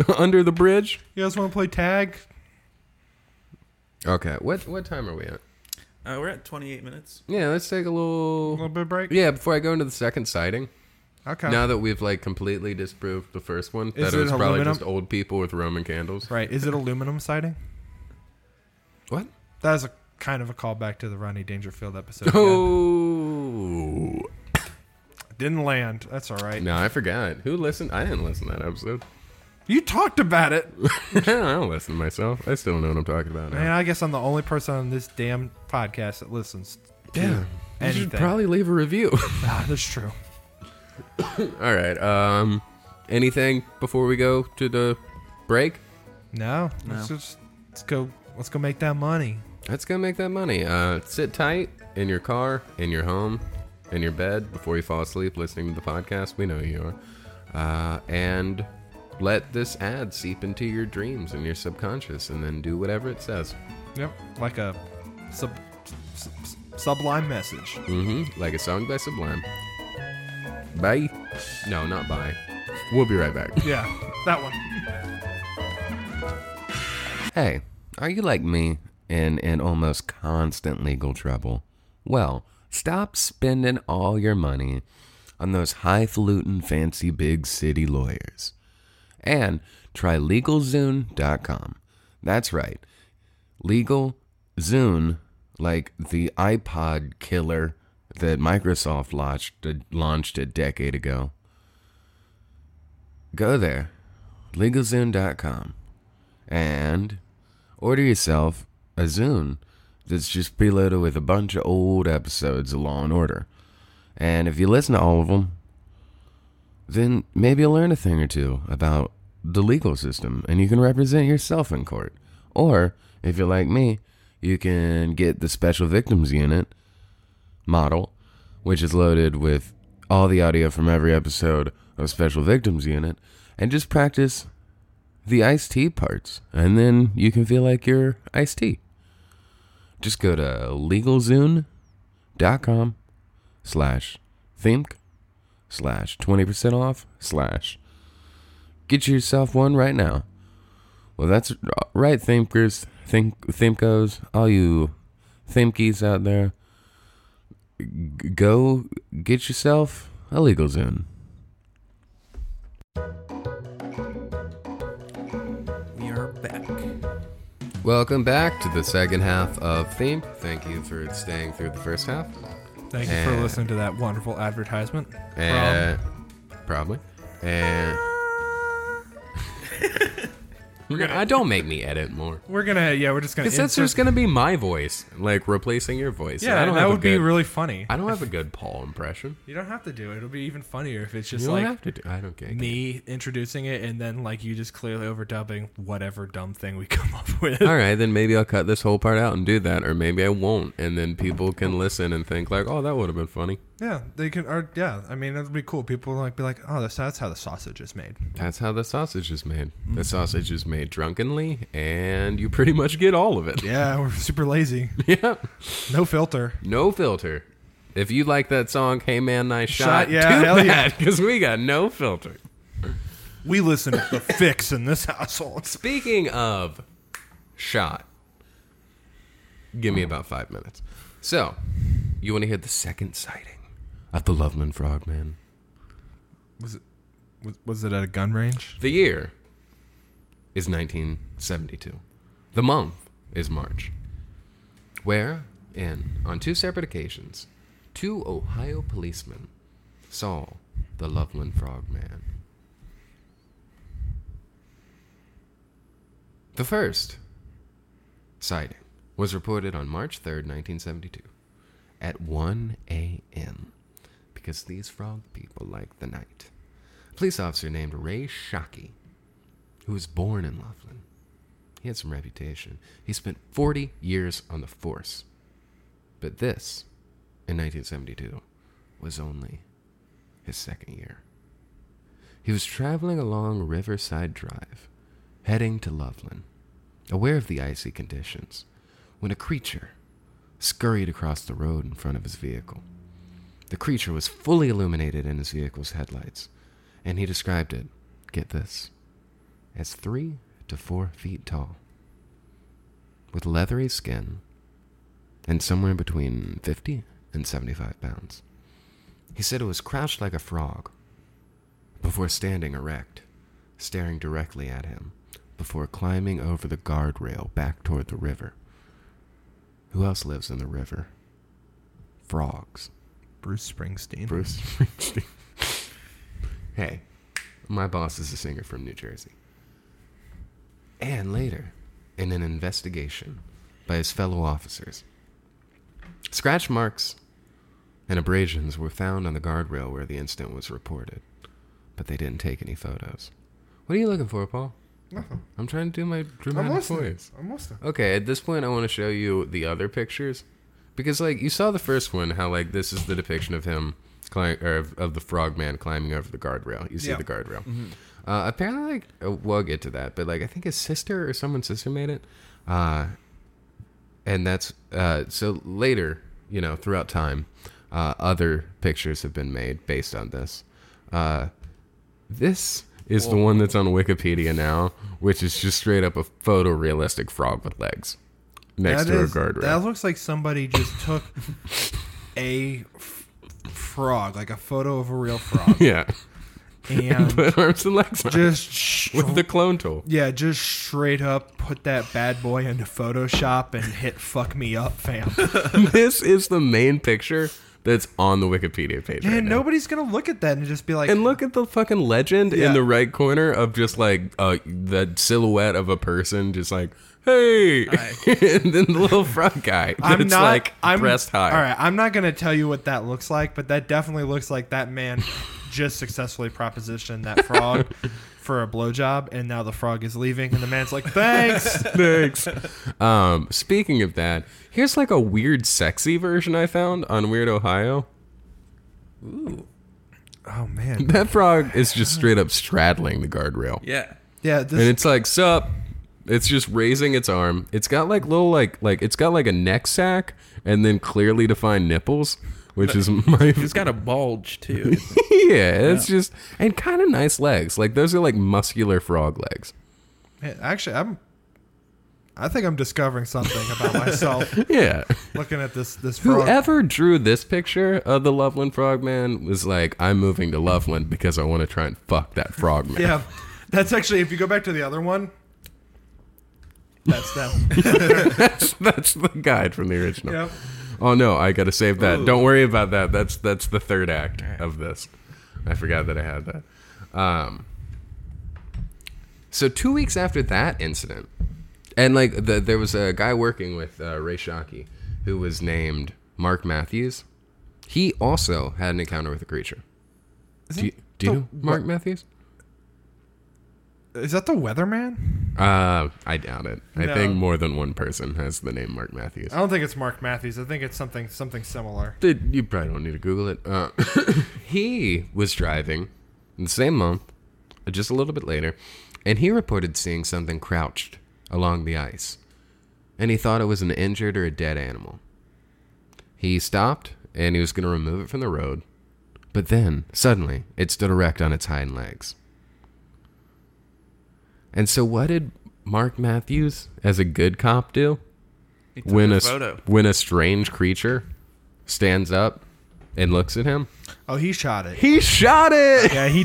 Speaker 1: *laughs* Under the bridge?
Speaker 2: You guys want to play tag?
Speaker 1: Okay. What what time are we at?
Speaker 3: Uh, we're at 28 minutes.
Speaker 1: Yeah, let's take a
Speaker 2: A little
Speaker 1: little.
Speaker 2: bit of break.
Speaker 1: Yeah, before I go into the second sighting.
Speaker 2: Okay.
Speaker 1: Now that we've like completely disproved the first one, that
Speaker 2: Is
Speaker 1: it
Speaker 2: it
Speaker 1: was probably
Speaker 2: aluminum?
Speaker 1: just old people with Roman candles.
Speaker 2: Right. Is it aluminum siding?
Speaker 1: What?
Speaker 2: That is a kind of a callback to the Ronnie Dangerfield episode. again.
Speaker 1: Oh.
Speaker 2: Didn't land. That's all right.
Speaker 1: No, I forgot. Who listened? I didn't listen to that episode. *laughs*
Speaker 2: You talked about it.
Speaker 1: I don't listen to myself. I still don't know what I'm talking about
Speaker 2: Man,
Speaker 1: now.
Speaker 2: I guess I'm the only person on this damn podcast that listens.
Speaker 1: Yeah. You should
Speaker 2: Anything.
Speaker 1: probably leave a review. *laughs*
Speaker 2: Ah, that's true.
Speaker 1: All right. Um, anything before we go to the break?
Speaker 2: No.
Speaker 3: No.
Speaker 2: Let's just let's go let's go make that money.
Speaker 1: That's gonna make that money. Uh, sit tight in your car, in your home, in your bed before you fall asleep listening to the podcast. We know you are. Uh, and let this ad seep into your dreams and your subconscious, and then do whatever it says.
Speaker 2: Yep. Like a sub, sub sublime message.
Speaker 1: Mm-hmm. hmm Like a song by Sublime. Bye. No, not bye. We'll be right back.
Speaker 2: Yeah, that one.
Speaker 1: Hey, are you like me and in almost constant legal trouble? Well, stop spending all your money on those highfalutin, fancy big city lawyers. And try LegalZoon.com. That's right. Legal Zune, like the iPod killer that Microsoft launched, launched a decade ago. Go there, LegalZoon.com and order yourself a Zune that's just preloaded with a bunch of old episodes of Law and Order. And if you listen to all of them, then maybe you'll learn a thing or two about the legal system and you can represent yourself in court. Or if you're like me, you can get the Special Victims Unit model, which is loaded with all the audio from every episode of Special Victims Unit, and just practice the iced tea parts, and then you can feel like you're iced tea. Just go to legalzoon.com slash think slash 20% off slash get yourself one right now. Well, that's right, Thinkers, Think, Thinkos, all you Thimkies out there. G- go get yourself a legal zune.
Speaker 3: We are back.
Speaker 1: Welcome back to the second half of Theme. Thank you for staying through the first half.
Speaker 2: Thank you for
Speaker 1: Eh.
Speaker 2: listening to that wonderful advertisement.
Speaker 1: Uh, probably. Uh,
Speaker 2: *laughs*
Speaker 1: we're gonna, I don't make me edit more.
Speaker 2: We're gonna, yeah, we're just gonna.
Speaker 1: Because that's
Speaker 2: insert-
Speaker 1: just gonna be my voice, like replacing your voice.
Speaker 2: yeah,
Speaker 1: I don't
Speaker 2: that
Speaker 1: have a
Speaker 2: would be
Speaker 1: good-
Speaker 2: really funny.
Speaker 1: I don't have a good Paul impression.
Speaker 2: you don't have to do it. It'll be even funnier if it's
Speaker 1: You
Speaker 2: just
Speaker 1: don't
Speaker 2: like
Speaker 1: have to do. I don't get it.
Speaker 2: me introducing it and then like you just clearly overdubbing whatever dumb thing we *laughs* come up with.
Speaker 1: All right, then maybe I'll cut this whole part out and do that, or maybe I won't, and then people can listen and think like, "Oh, that would have been funny."
Speaker 2: Yeah, they can. Or yeah, I mean it'd be cool. People like be like, oh, that's that's how the sausage is made.
Speaker 1: That's how the sausage is made.
Speaker 2: Mm-hmm.
Speaker 1: The sausage is made drunkenly, and you pretty much get all of it.
Speaker 2: Yeah, *laughs* we're super
Speaker 1: *laughs*
Speaker 2: lazy.
Speaker 1: yeah.
Speaker 2: No filter.
Speaker 1: No filter. If you like that song, Hey Man, Nice Shot,
Speaker 2: Shot, yeah,
Speaker 1: too
Speaker 2: hell yeah.
Speaker 1: bad, because we got no filter.
Speaker 2: We listen to the *laughs* fix in this household.
Speaker 1: Speaking of shot, give me about five minutes. So, you want to hear the second sighting of the Loveman Frogman?
Speaker 2: Was it was, was it at a gun range?
Speaker 1: The year is 1972. The month is March. Where, in, on two separate occasions, two Ohio policemen saw the Loveland Frogman. The first sighting was reported on March 3rd, 1972, at 1 a.m., because these frog people like the night police officer named Ray Shockey, who was born in Laughlin. He had some reputation. He spent 40 years on the force. But this, in 1972, was only his second year. He was traveling along Riverside Drive, heading to Loveland, aware of the icy conditions, when a creature scurried across the road in front of his vehicle. The creature was fully illuminated in his vehicle's headlights, and he described it, get this, as three to four feet tall, with leathery skin, and somewhere between 50 and 75 pounds. He said it was crouched like a frog, before standing erect, staring directly at him, before climbing over the guardrail back toward the river. Who else lives in the river? Frogs.
Speaker 2: Bruce
Speaker 1: *laughs*
Speaker 2: Springsteen.
Speaker 1: Bruce Springsteen. hey, my boss is a singer from New Jersey. And later, in an investigation by his fellow officers, scratch marks and abrasions were found on the guardrail where the incident was reported, but they didn't take any photos. What are you looking for, Paul?
Speaker 2: Nothing.
Speaker 1: I'm trying to do my dramatic voice.
Speaker 2: I'm listening.
Speaker 1: Okay, at this point, I want to show you the other pictures because, like, you saw the first one, how like this is the depiction of him climb or of, of the frogman climbing over the guardrail. You see
Speaker 2: Yeah.
Speaker 1: the guardrail. Uh, apparently, like, uh, we'll get to that, but like, I think his sister or someone's sister made it, uh, and that's uh, so later. You know, throughout time, uh, other pictures have been made based on this. Uh, this is the one that's on Wikipedia now, which is just straight up a photorealistic frog with legs next
Speaker 2: That
Speaker 1: to
Speaker 2: is-
Speaker 1: a guardrail.
Speaker 2: That looks like somebody just took *laughs* a f- frog, like a photo of a
Speaker 1: *laughs*
Speaker 2: real
Speaker 1: *laughs*
Speaker 2: frog,
Speaker 1: yeah,
Speaker 2: and
Speaker 1: put arms and legs on it
Speaker 2: just sh-
Speaker 1: with the clone tool. *laughs*
Speaker 2: yeah, just straight up put that bad boy into Photoshop and hit "fuck me up,
Speaker 1: *laughs*
Speaker 2: fam."
Speaker 1: this is the main picture that's on the Wikipedia page. right
Speaker 2: And
Speaker 1: now.
Speaker 2: nobody's gonna look at that and just be like,
Speaker 1: And look at the fucking legend
Speaker 2: Yeah.
Speaker 1: in the right corner of just like uh, the silhouette of a person, just like hey, *laughs* and then the little frog guy.
Speaker 2: "I'm
Speaker 1: that's
Speaker 2: not
Speaker 1: like
Speaker 2: I'm,
Speaker 1: breast high.
Speaker 2: All right, I'm not gonna tell you what that looks like, but that definitely looks like that man just successfully propositioned that
Speaker 1: *laughs*
Speaker 2: frog for a blowjob, and now the frog is leaving, and the man's like,
Speaker 1: *laughs*
Speaker 2: "Thanks."
Speaker 1: Thanks. Um, speaking of that, here's like a weird sexy version I found on Weird Ohio.
Speaker 2: oh man.
Speaker 1: *laughs* That frog is just straight up straddling the guardrail.
Speaker 3: Yeah.
Speaker 2: Yeah,
Speaker 1: And
Speaker 2: this,
Speaker 1: it's like, sup. It's just raising its arm. It's got like little like like it's got like a neck sack and then clearly defined nipples, which is my
Speaker 3: He's got a bulge too.
Speaker 1: *laughs* yeah, it's just and kind of nice legs. Like those are like muscular frog legs.
Speaker 2: man, actually, I'm. I think I'm discovering something about
Speaker 1: *laughs*
Speaker 2: myself
Speaker 1: Yeah.
Speaker 2: looking at this this frog.
Speaker 1: Whoever drew this picture of the Loveland Frogman was like, I'm moving to Loveland because I want to try and fuck that frogman.
Speaker 2: yeah, that's actually if you go back to the other one, that's them.
Speaker 1: *laughs* that's, *laughs* that's the guide from the original.
Speaker 2: yep.
Speaker 1: Oh no, I gotta save that. Don't worry about that. That's that's the third act of this. I forgot that I had that. Um, so two weeks after that incident, and like the, there was a guy working with uh, Ray Shockey who was named Mark Matthews. He also had an encounter with a creature. Do you, do you
Speaker 2: the-
Speaker 1: know Mark Matthews?
Speaker 2: Is that the weatherman?
Speaker 1: Uh, I doubt it. I
Speaker 2: No.
Speaker 1: think more than one person has the name Mark Matthews.
Speaker 2: I don't think it's Mark Matthews. I think it's something something similar.
Speaker 1: Did, you probably don't need to Google it. Uh, *laughs* he was driving in the same month, uh, just a little bit later, and he reported seeing something crouched along the ice. And he thought it was an injured or a dead animal. He stopped and he was going to remove it from the road, but then, suddenly, it stood erect on its hind legs. And so, what did Mark Matthews, as a good cop, do?
Speaker 3: He took
Speaker 1: when a,
Speaker 3: a
Speaker 1: s-
Speaker 3: photo.
Speaker 1: when a strange creature stands up and looks at him.
Speaker 2: Oh, he shot it.
Speaker 1: He shot it.
Speaker 2: Yeah, he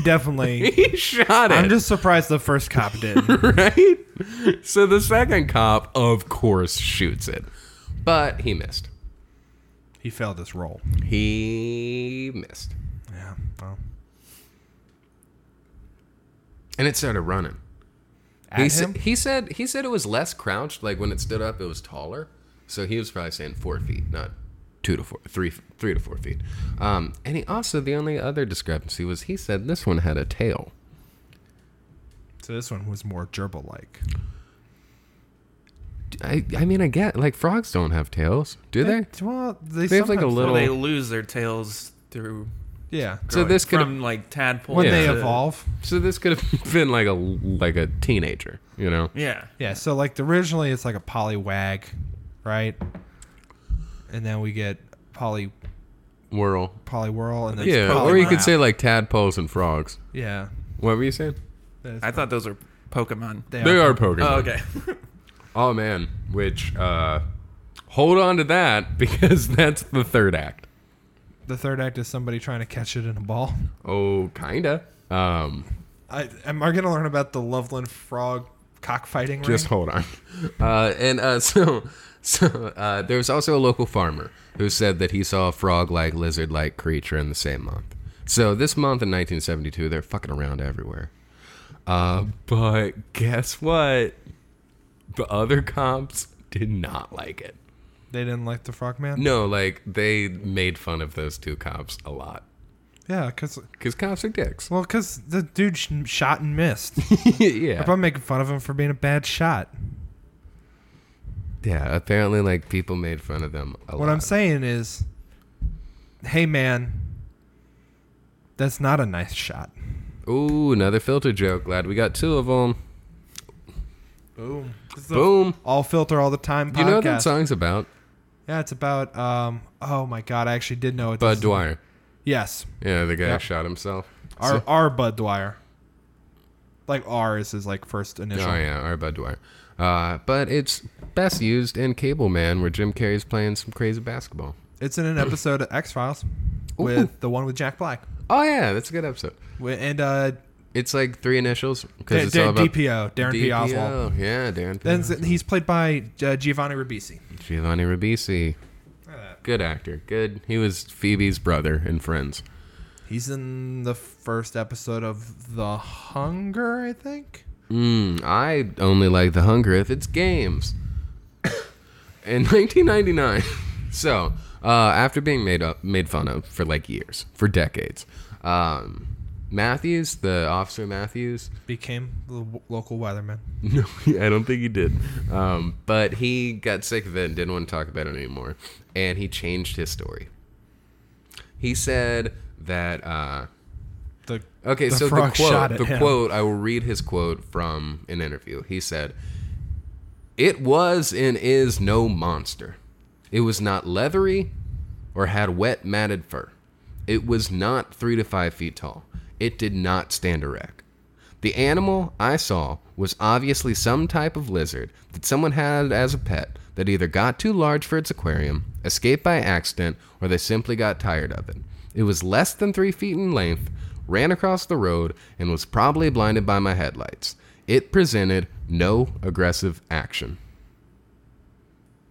Speaker 1: *laughs*
Speaker 2: definitely.
Speaker 1: He shot it.
Speaker 2: I'm just surprised the first cop didn't.
Speaker 1: *laughs* right. So the second cop, of course, shoots it, but he missed.
Speaker 2: He failed his role.
Speaker 1: He missed,
Speaker 2: Yeah. Well,
Speaker 1: and it started running.
Speaker 2: at
Speaker 1: He, sa-
Speaker 2: him?
Speaker 1: he said he said it was less crouched. Like when it stood up, it was taller. So he was probably saying four feet, not two to four, three, three to four feet. Um, and he also the only other discrepancy was he said this one had a tail.
Speaker 2: so this one was more gerbil like.
Speaker 1: I, I mean, I get like frogs don't have tails, do they?
Speaker 2: Well, they,
Speaker 1: They have, like, a
Speaker 2: sometimes-
Speaker 1: little-
Speaker 3: Well, they lose their tails through
Speaker 2: Yeah.
Speaker 1: So
Speaker 3: growing-
Speaker 1: this could-
Speaker 3: from like tadpole
Speaker 2: When
Speaker 1: Yeah.
Speaker 2: they
Speaker 3: to-
Speaker 2: evolve.
Speaker 1: So this could have *laughs* been like a like a teenager, you know?
Speaker 3: Yeah.
Speaker 2: Yeah, so like originally it's like a poly wag, right? And then we get poly
Speaker 1: Whirl.
Speaker 2: poly whirl, and then
Speaker 1: Yeah,
Speaker 2: poly
Speaker 1: or you
Speaker 3: Polygon.
Speaker 1: could say like tadpoles and frogs.
Speaker 2: yeah.
Speaker 1: What were you saying?
Speaker 2: That's-
Speaker 3: I thought those were Pokemon.
Speaker 1: They are Pokemon.
Speaker 3: *laughs* Oh, okay.
Speaker 1: Uh, Oh man, which uh, hold on to that *laughs* because that's the third act.
Speaker 2: The third act is somebody trying to catch it in a ball.
Speaker 1: Oh, kinda. Um,
Speaker 2: I am I gonna learn about the Loveland frog cockfighting ring?
Speaker 1: Just hold on. Uh, and uh, *laughs* so, so uh, there was also a local farmer who said that he saw a frog-like, lizard-like creature in the same month. So this month in 1972, they're fucking around everywhere. Uh, but guess what? The other cops did not like it.
Speaker 2: they didn't like the frog man.
Speaker 1: No, like they made fun of those two cops a lot
Speaker 2: Yeah, cause
Speaker 1: because cops are dicks. *laughs*
Speaker 2: well, cause the dude sh- shot and missed.
Speaker 1: yeah.
Speaker 2: I'm making fun of him for being a bad shot.
Speaker 1: Yeah. Apparently, like people made fun of them a
Speaker 2: What
Speaker 1: lot.
Speaker 2: I'm saying is, hey man, that's not a nice shot.
Speaker 1: Ooh, another filter joke. Glad we got two of them.
Speaker 2: Boom. This is a
Speaker 1: Boom.
Speaker 2: all filter all the time podcast.
Speaker 1: You know what that song's about?
Speaker 2: Yeah, it's about um oh my god, I actually did know it.
Speaker 1: Bud Dwyer.
Speaker 2: Yes.
Speaker 1: Yeah, the guy
Speaker 2: Yeah.
Speaker 1: shot himself.
Speaker 2: Our
Speaker 1: So-
Speaker 2: our Bud Dwyer. Like R is his like first initial.
Speaker 1: Oh yeah, or Bud Dwyer. Uh, but it's best used in Cable Man, where Jim Carrey's playing some crazy basketball. *clears throat*
Speaker 2: It's in an episode of X Files with the one with Jack Black
Speaker 1: Oh yeah, that's a good episode.
Speaker 2: Wi- and uh,
Speaker 1: It's like three initials
Speaker 2: Da-
Speaker 1: because it's
Speaker 2: Da-
Speaker 1: all about
Speaker 2: DPO Darren P. Oswald.
Speaker 1: DPO. Yeah, Darren P.
Speaker 2: Then s- he's played by uh, Giovanni Ribisi.
Speaker 1: Giovanni Ribisi, good actor. Good. He was Phoebe's brother in Friends.
Speaker 2: He's in the first episode of The Hunger, I think.
Speaker 1: Mm, I only like The Hunger if it's games. *coughs* In 1999, *laughs* so uh, after being made up, made fun of for like years, for decades, um, Matthews, the officer Matthews, *laughs*
Speaker 2: Became the w- local weatherman.
Speaker 1: no, I don't think he did, um, but he got sick of it and didn't want to talk about it anymore, and he changed his story. He said that. Uh,
Speaker 2: The
Speaker 1: Okay,
Speaker 2: The
Speaker 1: so the
Speaker 2: frog
Speaker 1: quote,
Speaker 2: shot at
Speaker 1: the
Speaker 2: him.
Speaker 1: quote, I will read his quote from an interview. He said, "It was and is no monster. It was not leathery or had wet matted fur. It was not 3 to 5 feet tall. It did not stand erect. The animal I saw was obviously some type of lizard that someone had as a pet that either got too large for its aquarium, escaped by accident, or they simply got tired of it. It was less than three feet in length, ran across the road, and was probably blinded by my headlights. It presented no aggressive action.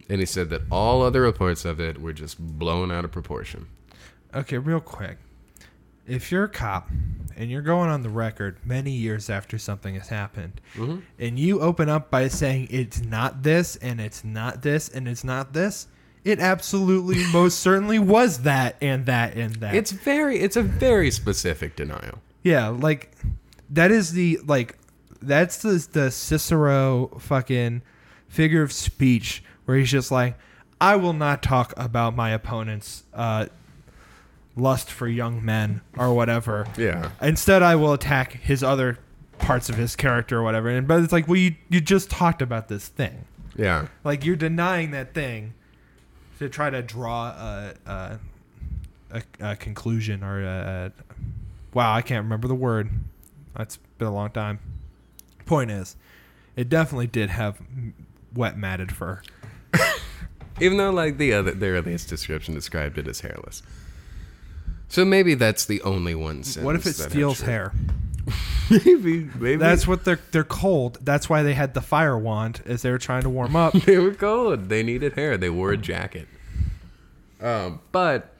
Speaker 1: And he said that all other reports of it were just blown out of proportion.
Speaker 2: Okay, real quick. If you're a cop and you're going on the record many years after something has happened, and you open up by saying it's not this and it's not this and it's not this, it absolutely *laughs* most certainly was that and that and that.
Speaker 1: It's very, it's a very specific denial.
Speaker 2: yeah, like that is the like that's the the Cicero fucking figure of speech where he's just like, I will not talk about my opponent's uh, lust for young men or whatever.
Speaker 1: Yeah.
Speaker 2: Instead, I will attack his other parts of his character or whatever. And but it's like, well, you you just talked about this thing.
Speaker 1: Yeah.
Speaker 2: Like you're denying that thing to try to draw a a, a, a conclusion or a, a wow. I can't remember the word. That's been a long time. Point is, it definitely did have m- wet matted fur.
Speaker 1: Even though, like the other, their earliest description described it as hairless. So maybe that's the only one. Sentence
Speaker 2: what if it
Speaker 1: that I'm
Speaker 2: steals
Speaker 1: sure-
Speaker 2: hair?
Speaker 1: *laughs* maybe, maybe
Speaker 2: That's what they're they're cold. That's why they had the fire wand as they were trying to
Speaker 1: *laughs*
Speaker 2: warm
Speaker 1: *laughs*
Speaker 2: up.
Speaker 1: they were cold. They needed hair. They wore a jacket. Um, but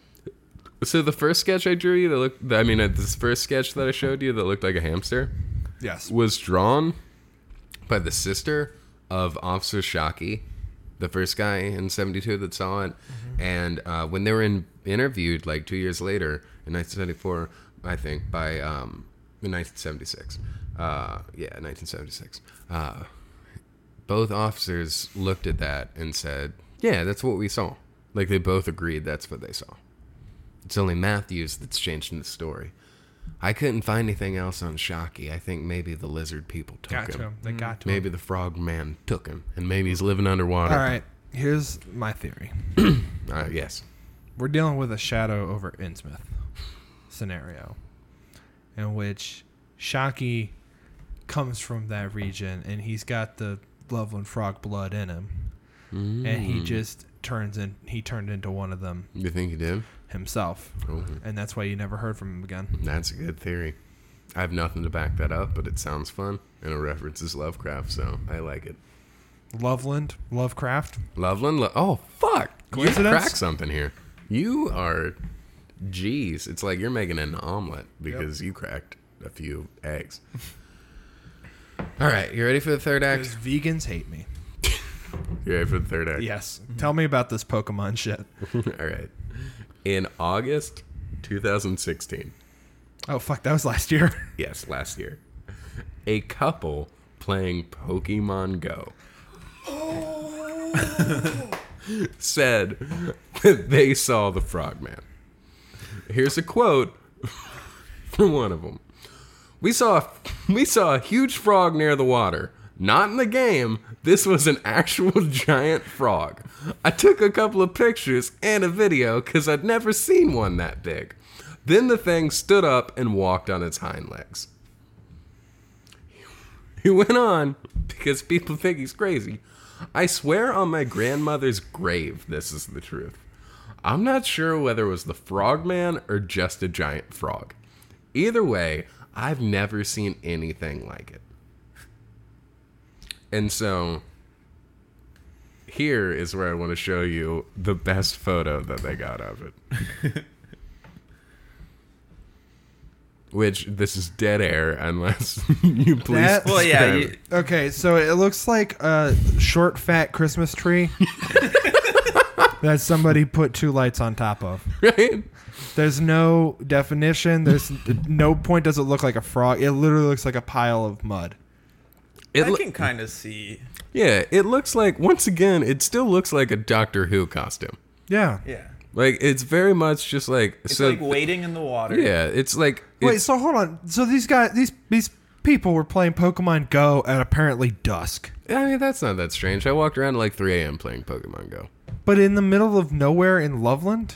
Speaker 1: so the first sketch I drew you that looked, I mean, uh, this first sketch that I showed you that looked like a hamster
Speaker 2: yes.
Speaker 1: was drawn by the sister of Officer Shockey, the first guy in 72 that saw it. And uh, when they were in, interviewed like two years later in 1974, I think, by um, in 1976. Uh, yeah, 1976. Uh, both officers looked at that and said, Yeah, that's what we saw. Like they both agreed that's what they saw. It's only Matthews that's changed in the story. I couldn't find anything else on Shockey. I think maybe the lizard people took
Speaker 2: Got
Speaker 1: him.
Speaker 2: to him. They got to him.
Speaker 1: Maybe the frog man took him, and maybe he's living underwater.
Speaker 2: All right. Here's my theory.
Speaker 1: Uh, yes.
Speaker 2: We're dealing with a shadow over Innsmouth scenario, in which Shockey comes from that region and he's got the Loveland frog blood in him, and
Speaker 1: Hmm.
Speaker 2: he just turns in. He turned into one of them
Speaker 1: Mm. You think he did?
Speaker 2: himself,
Speaker 1: Oh,
Speaker 2: and that's why you never heard from him again.
Speaker 1: that's a good theory. I have nothing to back that up, but it sounds fun, and it references Lovecraft, so I like it.
Speaker 2: Loveland, Lovecraft.
Speaker 1: Loveland. Lo- oh fuck! You
Speaker 2: Coincidence?
Speaker 1: cracked something here. You are, jeez. It's like you're making an omelet because you cracked a few eggs. *laughs* All right, you ready for the third
Speaker 2: Because
Speaker 1: act?
Speaker 2: vegans hate me.
Speaker 1: You ready for the third act?
Speaker 2: Yes. Tell me about this Pokemon shit.
Speaker 1: *laughs* All right. In August 2016,
Speaker 2: Oh fuck, that was last year. *laughs*
Speaker 1: yes, last year, a couple playing Pokemon Go *laughs* said that they saw the Frogman. Here's a quote from one of them. We saw we saw a huge frog near the water. Not in the game. This was an actual *laughs* giant frog. I took a couple of pictures and a video cuz I'd never seen one that big. Then the thing stood up and walked on its hind legs. *laughs* He went on because people think he's crazy. I swear on my grandmother's grave, this is the truth. I'm not sure whether it was the frogman or just a giant frog. Either way, I've never seen anything like it. And so here is where I want to show you the best photo that they got of it.
Speaker 3: *laughs*
Speaker 1: Which this is dead air unless *laughs* you please. *laughs*
Speaker 2: That-
Speaker 3: Well, yeah,
Speaker 1: describe
Speaker 3: you,
Speaker 1: it.
Speaker 2: Okay, so it looks like a short, fat
Speaker 1: *laughs*
Speaker 2: Christmas tree that somebody put two lights on top of.
Speaker 1: *laughs* right?
Speaker 2: There's no definition. There's no point. Does it look like a frog? It literally looks like a pile of mud.
Speaker 1: It
Speaker 3: I
Speaker 1: loo-
Speaker 3: can kind of see.
Speaker 1: yeah, it looks like once again, it still looks like a Doctor Who costume.
Speaker 2: Yeah.
Speaker 3: Yeah,
Speaker 1: Like it's very much just like
Speaker 3: it's
Speaker 1: so.
Speaker 3: like wading in the water.
Speaker 1: yeah, it's like
Speaker 2: Wait.
Speaker 1: it's-
Speaker 2: So hold on. So these guys, these these people were playing Pokemon Go at apparently dusk,
Speaker 1: I mean that's not that strange. I walked around at like 3 a.m. playing Pokemon Go.
Speaker 2: but in the middle of nowhere in Loveland.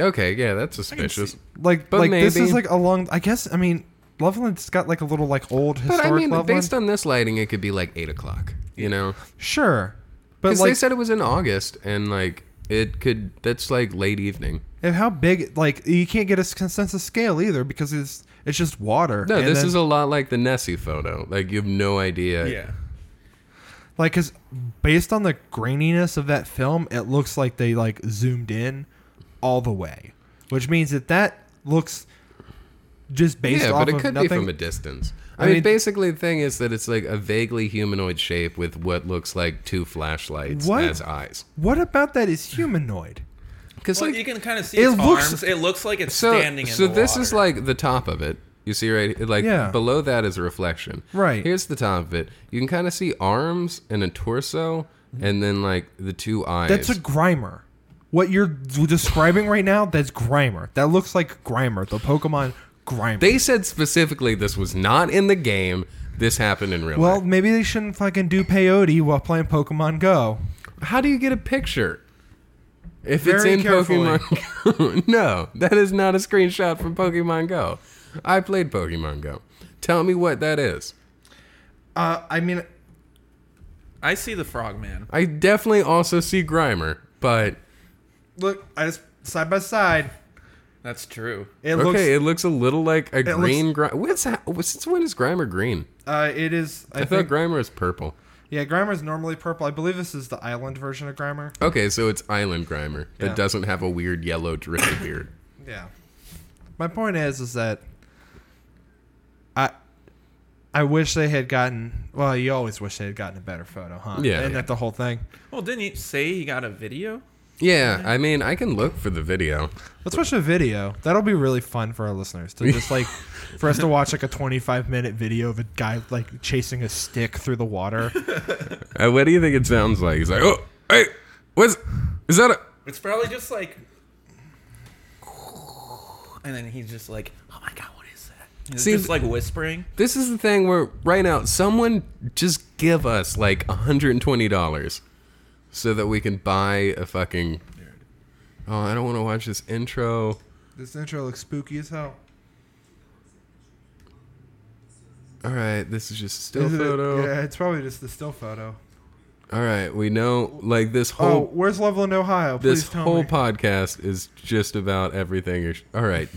Speaker 1: Okay, yeah, that's suspicious.
Speaker 2: Like,
Speaker 1: But
Speaker 2: like this
Speaker 1: maybe.
Speaker 2: is like along. I guess. I mean, Loveland's got like a little like old historic
Speaker 1: But I mean,
Speaker 2: Loveland.
Speaker 1: based on this lighting, it could be like eight o'clock. You know,
Speaker 2: sure. But
Speaker 1: because
Speaker 2: like,
Speaker 1: they said it was in August, and like it could. That's like late evening.
Speaker 2: And how big? Like you can't get a s- consensus scale either because it's it's just water.
Speaker 1: No,
Speaker 2: And
Speaker 1: this
Speaker 2: then,
Speaker 1: is a lot like the Nessie photo. Like you have no idea.
Speaker 3: yeah.
Speaker 2: like because based on the graininess of that film, it looks like they like zoomed in all the way, which means that that looks just based
Speaker 1: yeah,
Speaker 2: off
Speaker 1: but it
Speaker 2: of
Speaker 1: could
Speaker 2: nothing.
Speaker 1: be from a distance. I,
Speaker 2: I
Speaker 1: mean,
Speaker 2: mean-
Speaker 1: basically, the thing is that it's like a vaguely humanoid shape with what looks like two flashlights
Speaker 2: What?
Speaker 1: as eyes.
Speaker 2: what about that is humanoid?
Speaker 1: Because
Speaker 3: Well,
Speaker 1: like
Speaker 3: you can kind of see
Speaker 2: it
Speaker 3: its
Speaker 2: looks-
Speaker 3: arms. It looks like it's
Speaker 1: so,
Speaker 3: standing in
Speaker 1: so
Speaker 3: the
Speaker 1: this
Speaker 3: water.
Speaker 1: is like the top of it. You see right like
Speaker 2: Yeah.
Speaker 1: below that is a reflection.
Speaker 2: Right.
Speaker 1: Here's the top of it. You can kind of see arms and a torso and then like the two eyes.
Speaker 2: That's a Grimer. What you're d- describing right now, that's Grimer. That looks like Grimer, the Pokemon Grimer.
Speaker 1: they said specifically this was not in the game. This happened in real
Speaker 2: well,
Speaker 1: life.
Speaker 2: maybe they shouldn't fucking do peyote while playing Pokemon Go.
Speaker 1: How do you get a picture? If it's
Speaker 2: Very
Speaker 1: in
Speaker 2: carefully.
Speaker 1: Pokemon *laughs* Go. no, that is not a screenshot from Pokemon Go. I played Pokemon Go. Tell me what that is.
Speaker 2: Uh, I mean,
Speaker 3: I see the frogman.
Speaker 1: I definitely also see Grimer, but
Speaker 2: look, I just side by side.
Speaker 3: That's true.
Speaker 2: It
Speaker 1: okay,
Speaker 2: looks. It,
Speaker 1: it looks a little like a
Speaker 2: looks-
Speaker 1: green. Gri- What's ha- since when is Grimer green?
Speaker 2: uh, it is. I,
Speaker 1: I, thought
Speaker 2: think.
Speaker 1: Grimer is purple.
Speaker 2: yeah, Grimer's normally purple. I believe this is the island version of Grimer.
Speaker 1: Okay, so it's Island Grimer that
Speaker 2: Yeah.
Speaker 1: doesn't have a weird yellow
Speaker 2: *coughs*
Speaker 1: drippy beard.
Speaker 2: Yeah. My point is, is that I, I wish they had gotten. Well, you always wish they had gotten a better photo, huh?
Speaker 1: Yeah,
Speaker 2: Isn't
Speaker 1: yeah.
Speaker 2: that the whole thing?
Speaker 3: Well, didn't he say he got a video?
Speaker 1: Yeah, I mean, I can look for the video.
Speaker 2: Let's watch a video. That'll be really fun for our listeners to
Speaker 1: *laughs*
Speaker 2: just like, for us to watch like a 25 minute video of a guy like chasing a stick through the water.
Speaker 1: Uh, what do you think it sounds like? He's like, oh, hey, what's is that? A-
Speaker 3: It's probably just like, and then he's just like, "Oh my god, what is that?" It's
Speaker 1: See,
Speaker 3: just like whispering.
Speaker 1: this is the thing where right now someone just give us like $120 so that we can buy a fucking oh i don't want to watch this intro
Speaker 2: *laughs* This intro looks spooky as hell.
Speaker 1: all right this is just a still
Speaker 2: Is it-
Speaker 1: photo
Speaker 2: *laughs* Yeah, it's probably just the still photo.
Speaker 1: all right we know like this
Speaker 2: Oh,
Speaker 1: whole
Speaker 2: where's Loveland, Ohio? Please
Speaker 1: this
Speaker 2: tell
Speaker 1: whole
Speaker 2: me.
Speaker 1: podcast is just about everything you're sh- all right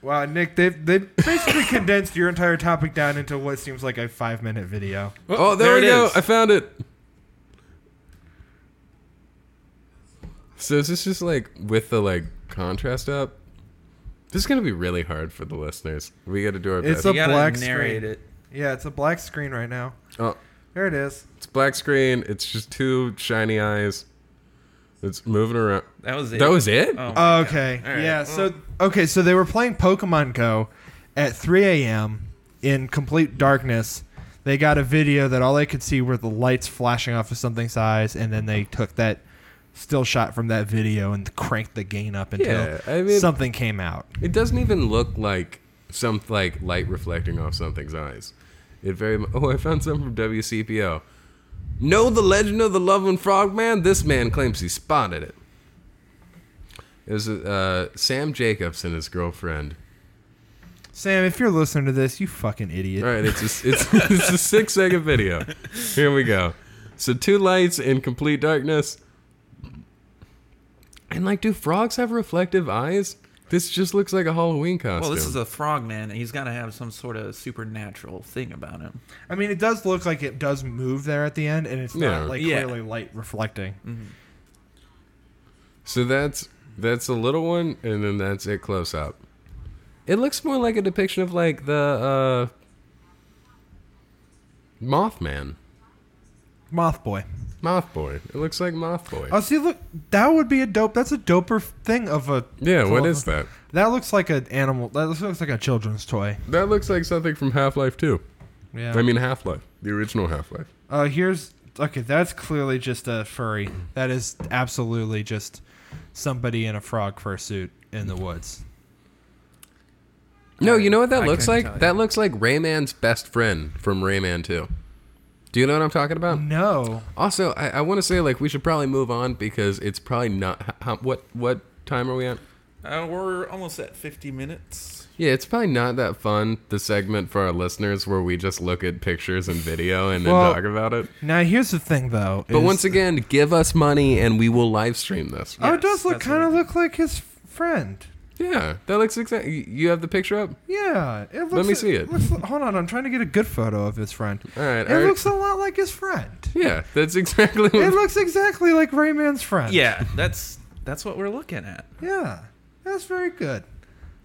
Speaker 2: wow, Nick, they've they basically *laughs* condensed your entire topic down into what seems like a five minute video.
Speaker 1: oh there, we
Speaker 3: it
Speaker 1: go
Speaker 3: is.
Speaker 1: i found it so is this just like with the like contrast up this is gonna be really hard for the listeners we gotta do our
Speaker 2: It's
Speaker 1: best
Speaker 2: a
Speaker 3: you gotta
Speaker 2: black
Speaker 3: narrate
Speaker 2: screen.
Speaker 3: it.
Speaker 2: Yeah, it's a black screen right now.
Speaker 1: oh
Speaker 2: There it is.
Speaker 1: It's black screen. It's just two shiny eyes. It's moving around.
Speaker 3: That was it.
Speaker 1: That was Uh, it?
Speaker 3: Oh, my
Speaker 2: Okay.
Speaker 3: God. All right. Mm.
Speaker 2: Yeah. So okay, so they were playing Pokemon Go at 3 a.m. in complete darkness. They got a video that all they could see were the lights flashing off of something's eyes, and then they took that still shot from that video and cranked the gain up until
Speaker 1: Yeah, I mean-
Speaker 2: something came out.
Speaker 1: It doesn't even look like some like light reflecting off something's eyes. It very mu- Oh, I found some from WCPO. Know the legend of the Lovin' Frogman? This man claims he spotted it. It was uh, Sam Jacobs and his girlfriend.
Speaker 2: Sam, if you're listening to this, you fucking idiot.
Speaker 1: All right, it's a, *laughs* it's, it's a six second video. Here we go. So two lights in complete darkness. And like, do frogs have reflective eyes? This just looks like a Halloween costume.
Speaker 3: Well, this is a frog man. He's got to have some sort of supernatural thing about him.
Speaker 2: I mean, it does look like it does move there at the end, and it's
Speaker 1: Yeah.
Speaker 2: not like
Speaker 3: Yeah. Mm.
Speaker 2: clearly light reflecting.
Speaker 1: so that's that's a little one, and then that's it close up. It looks more like a depiction of like the uh, Mothman,
Speaker 2: Moth boy.
Speaker 1: Mothboy. It looks like Mothboy.
Speaker 2: Oh, see, look, that would be a dope. That's a doper thing of a.
Speaker 1: yeah, what
Speaker 2: Well,
Speaker 1: is that?
Speaker 2: That looks like an animal. That looks like a children's toy.
Speaker 1: That looks like something from Half Life Two.
Speaker 2: Yeah.
Speaker 1: I mean, Half Life, the original Half Life.
Speaker 2: Uh, here's okay. That's clearly just a furry. That is absolutely just somebody in a frog fursuit in the woods.
Speaker 1: No, you know what that
Speaker 3: I
Speaker 1: looks
Speaker 3: couldn't
Speaker 1: like?
Speaker 3: tell you.
Speaker 1: That looks like Rayman's best friend from Rayman 2. Do you know what I'm talking about?
Speaker 3: Mm.
Speaker 2: No,
Speaker 1: Also, I, I want to say like we should probably move on because it's probably not. h- How, what what time are we at?
Speaker 3: Uh, we're almost at 50 minutes.
Speaker 1: Yeah, it's probably not that fun. The segment for our listeners where we just look at pictures and video and then
Speaker 2: Well-
Speaker 1: talk about it.
Speaker 2: now here's the thing though.
Speaker 1: But
Speaker 2: is-
Speaker 1: once again, give us money and we will live stream this.
Speaker 2: oh, it
Speaker 3: Yes,
Speaker 2: does look
Speaker 3: that's what
Speaker 2: kind
Speaker 3: it
Speaker 2: of
Speaker 3: is.
Speaker 2: look like his friend.
Speaker 1: Yeah, that looks exactly. You have the picture up.
Speaker 2: Yeah, it looks.
Speaker 1: me see it.
Speaker 2: looks- hold on, I'm trying to get a good photo of his friend.
Speaker 1: All right.
Speaker 2: It
Speaker 1: all right.
Speaker 2: looks a lot like his friend.
Speaker 1: Yeah, that's exactly. What, *laughs*
Speaker 2: It looks exactly like Rayman's friend.
Speaker 3: Yeah, that's that's what we're looking at.
Speaker 2: yeah, that's very good.
Speaker 1: *laughs*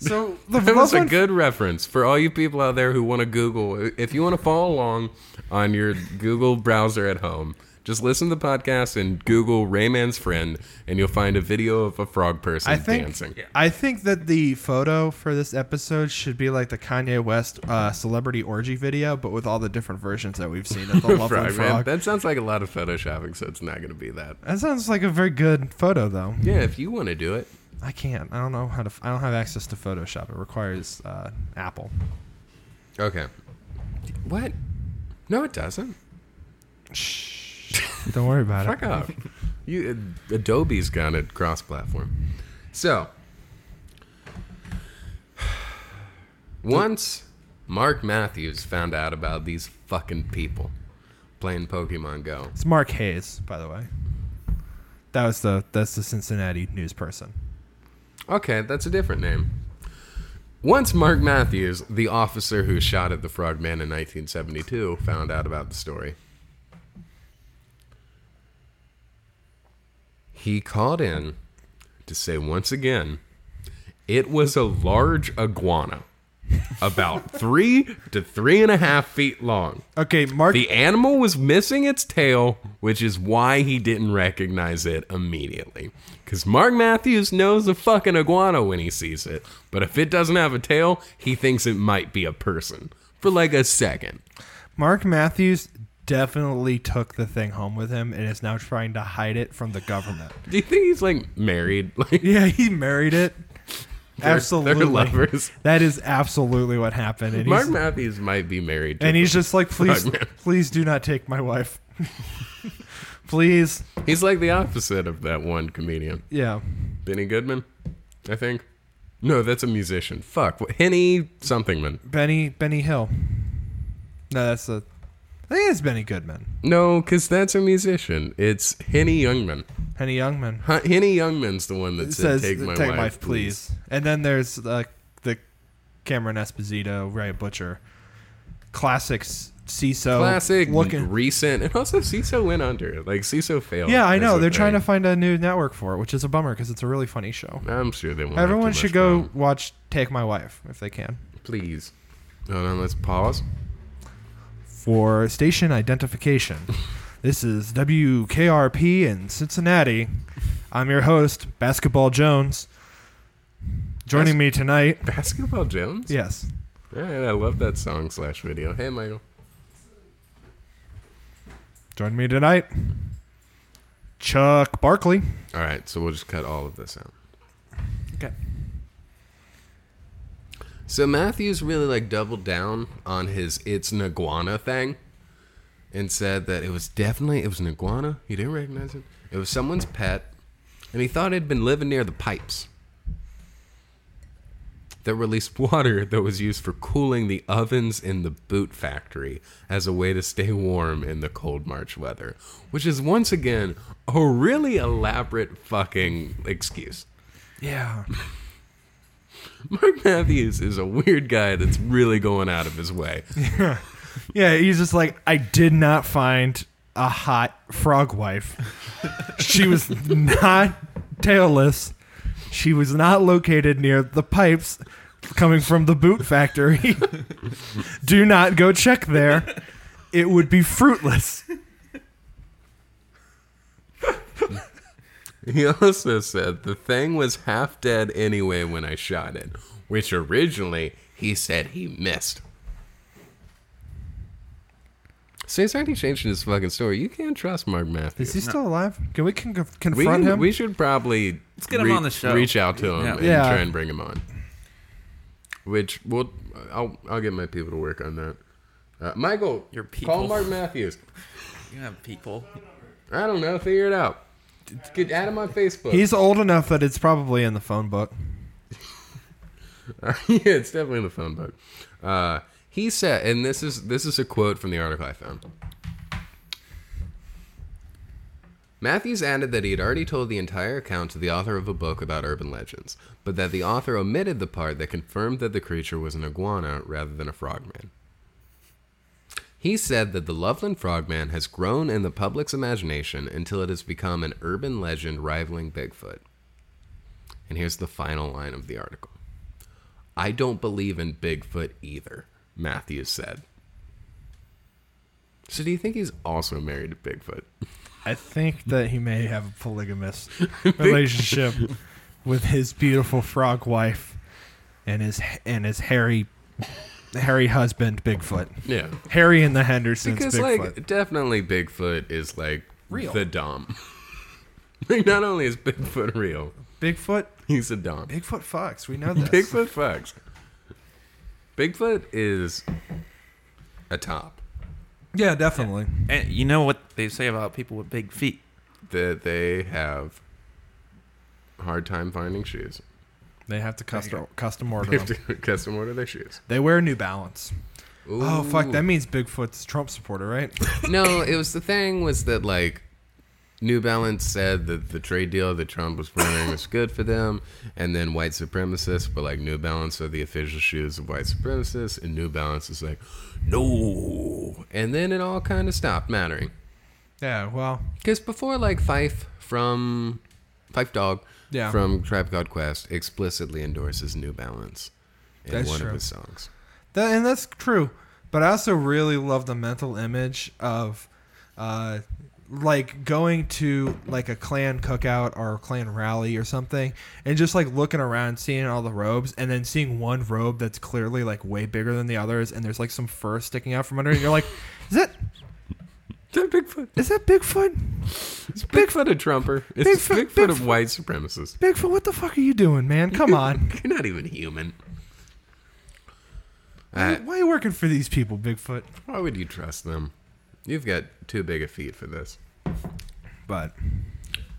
Speaker 2: So the
Speaker 1: That was
Speaker 2: loved
Speaker 1: a
Speaker 2: one-
Speaker 1: good reference for all you people out there who want to Google. If you want to follow along on your Google browser at home, just listen to the podcast and Google Rayman's friend, and you'll find a video of a frog person
Speaker 2: I think
Speaker 1: dancing.
Speaker 2: I think that the photo for this episode should be like the Kanye West uh, celebrity orgy video, but with all the different versions that we've seen
Speaker 1: *laughs*
Speaker 2: of the Loveland
Speaker 1: Frog, man.
Speaker 2: frog.
Speaker 1: That sounds like a lot of photoshopping, so it's not going to be that.
Speaker 2: That sounds like a very good photo, though.
Speaker 1: Yeah, if you want to do it,
Speaker 2: I can't. I don't know how to. I don't have access to Photoshop. It requires uh,
Speaker 1: *laughs*
Speaker 2: Apple.
Speaker 1: okay. What? No, it doesn't.
Speaker 2: Shh. Don't worry about
Speaker 1: Fuck *laughs*
Speaker 2: it.
Speaker 1: off. You Adobe's got it cross-platform. So once Mark Matthews found out about these fucking people playing Pokemon Go.
Speaker 2: It's Mark Hayes, by the way. That was the that's the Cincinnati news person.
Speaker 1: Okay, that's a different name. Once Mark Matthews, the officer who shot at the Frogman in 1972, found out about the story, he called in to say once again it was a large iguana, about three to three and a half feet long.
Speaker 2: Okay, Mark.
Speaker 1: The animal was missing its tail, which is why he didn't recognize it immediately. Because Mark Matthews knows a fucking iguana when he sees it, but if it doesn't have a tail, he thinks it might be a person for like a second.
Speaker 2: Mark Matthews definitely took the thing home with him and is now trying to hide it from the government.
Speaker 1: Do you think he's like married? *laughs* Like
Speaker 2: *laughs* Yeah, he married it.
Speaker 1: they're
Speaker 2: absolutely.
Speaker 1: lovers.
Speaker 2: That is absolutely what happened. And
Speaker 1: Mark
Speaker 2: he's,
Speaker 1: Matthews might be married. To
Speaker 2: and he's just *laughs* like, please,
Speaker 1: Mark Math-
Speaker 2: please do not take my wife. *laughs* please.
Speaker 1: he's like the opposite of that one comedian,
Speaker 2: Yeah.
Speaker 1: Benny Goodman, I think. No, that's a musician. Fuck, what- Henny somethingman.
Speaker 2: Benny Benny Hill. No, that's the. I think it's Benny Goodman.
Speaker 1: No, because that's a musician. It's Henny Youngman.
Speaker 2: Henny Youngman.
Speaker 1: Huh, Henny Youngman's the one that
Speaker 2: It
Speaker 1: said,
Speaker 2: says,
Speaker 1: "Take my wife, please."
Speaker 2: And then there's uh, the Cameron Esposito, Ray Butcher. Classics, CISO.
Speaker 1: Classic,
Speaker 2: Looking.
Speaker 1: recent, and also CISO went under. Like CISO failed.
Speaker 2: yeah, I know.
Speaker 1: as a
Speaker 2: They're trying to
Speaker 1: thing.
Speaker 2: find a new network for it, which is a bummer because it's a really funny show.
Speaker 1: I'm sure they won't. have
Speaker 2: Everyone
Speaker 1: too
Speaker 2: should
Speaker 1: much
Speaker 2: go
Speaker 1: problem.
Speaker 2: watch Take My Wife if they can.
Speaker 1: Please. Hold on. Let's pause. *laughs*
Speaker 2: For
Speaker 1: *laughs*
Speaker 2: station identification, this is WKRP in Cincinnati. I'm your host, Basketball Jones. Joining me tonight,
Speaker 1: Basketball Jones.
Speaker 2: yes.
Speaker 1: All right, I love that song slash video. Hey, Michael.
Speaker 2: Joining me tonight, Chuck Barkley.
Speaker 1: All right, so we'll just cut all of this out.
Speaker 2: Okay.
Speaker 1: So Matthews really like doubled down on his it's an iguana thing and said that it was definitely it was an iguana. He didn't recognize it. It was someone's pet. and he thought he'd been living near the pipes that released water that was used for cooling the ovens in the boot factory as a way to stay warm in the cold March weather, which is once again a really elaborate fucking excuse.
Speaker 2: Yeah.
Speaker 1: Mark Matthews is a weird guy that's really going out of his way.
Speaker 2: Yeah, he's just like, I did not find a hot frog wife. she was not tailless. She was not located near the pipes coming from the boot factory. *laughs* Do not go check there. It would be fruitless.
Speaker 1: He also said the thing was half dead anyway when I shot it, which originally he said he missed. So he's already changing his fucking story. You can't trust Mark Matthews.
Speaker 2: Is he still alive? Can we con- confront
Speaker 1: we,
Speaker 2: him?
Speaker 1: we should probably Let's
Speaker 3: get him on the show.
Speaker 1: reach out to him
Speaker 3: Yeah.
Speaker 1: and
Speaker 2: Yeah.
Speaker 1: try and bring him on. Which we'll, I'll I'll get my people to work on that. Uh, Michael,
Speaker 3: Your
Speaker 1: call
Speaker 3: people.
Speaker 1: Mark Matthews.
Speaker 3: You have people.
Speaker 1: I don't know. Figure it out. Get add him on Facebook.
Speaker 2: He's old enough that it's probably in the phone book.
Speaker 1: *laughs* yeah, it's definitely in the phone book. Uh, he said, and this is this is a quote from the article I found. Matthews added that he had already told the entire account to the author of a book about urban legends, but that the author omitted the part that confirmed that the creature was an iguana rather than a frogman. He said that the Loveland frogman has grown in the public's imagination until it has become an urban legend rivaling Bigfoot. And here's the final line of the article. I don't believe in Bigfoot either, Matthews said. So do you think he's also married to Bigfoot?
Speaker 2: I think that he may have a polygamous
Speaker 1: *laughs*
Speaker 2: relationship with his beautiful frog wife and his and his hairy hairy husband Bigfoot.
Speaker 1: Yeah.
Speaker 2: Harry and the Hendersons
Speaker 1: *laughs* Because
Speaker 2: Bigfoot.
Speaker 1: like definitely Bigfoot is like
Speaker 2: Real.
Speaker 1: the Dom. *laughs* like not only is Bigfoot real,
Speaker 2: Bigfoot
Speaker 1: he's a Dom.
Speaker 2: Bigfoot fucks.
Speaker 1: *laughs*
Speaker 2: We know this.
Speaker 1: Bigfoot fucks. Bigfoot is a top.
Speaker 2: Yeah, definitely.
Speaker 3: And you know what they say about people with big feet?
Speaker 1: That they have hard time finding shoes.
Speaker 2: They have to custom custom
Speaker 1: They
Speaker 2: order
Speaker 1: have
Speaker 2: them.
Speaker 1: to custom order their shoes.
Speaker 2: They wear New Balance. Oh fuck,
Speaker 1: Ooh.
Speaker 2: that means Bigfoot's a Trump supporter, right?
Speaker 1: No, it was the thing was that like New Balance said that the trade deal that Trump was running was good for them, and then white supremacists were like New Balance are the official shoes of white supremacists, and New Balance is like no, and then it all kind of stopped mattering
Speaker 2: Yeah, well,
Speaker 1: because before like Fife from Fife Dog
Speaker 2: Yeah.
Speaker 1: from Tribe Called Quest explicitly endorses New Balance in
Speaker 2: That's
Speaker 1: one
Speaker 2: true.
Speaker 1: of his songs.
Speaker 2: That, and that's true. But I also really love the mental image of, uh, like going to like a clan cookout or a clan rally or something, and just like looking around, seeing all the robes, and then seeing one robe that's clearly like way bigger than the others, and there's like some fur sticking out from under it. And you're like, is that
Speaker 1: Is that Bigfoot?
Speaker 2: is that Bigfoot?
Speaker 1: Is Bigfoot a Trumper? Is
Speaker 2: Bigfoot-
Speaker 1: Bigfoot, a white supremacist?
Speaker 2: Bigfoot, what the fuck are you doing, man? Come
Speaker 1: *laughs*
Speaker 2: on,
Speaker 1: You're not even human.
Speaker 2: why,
Speaker 1: Uh,
Speaker 2: why are you working for these people, Bigfoot?
Speaker 1: why would you trust them? You've got too big a feet for this.
Speaker 2: But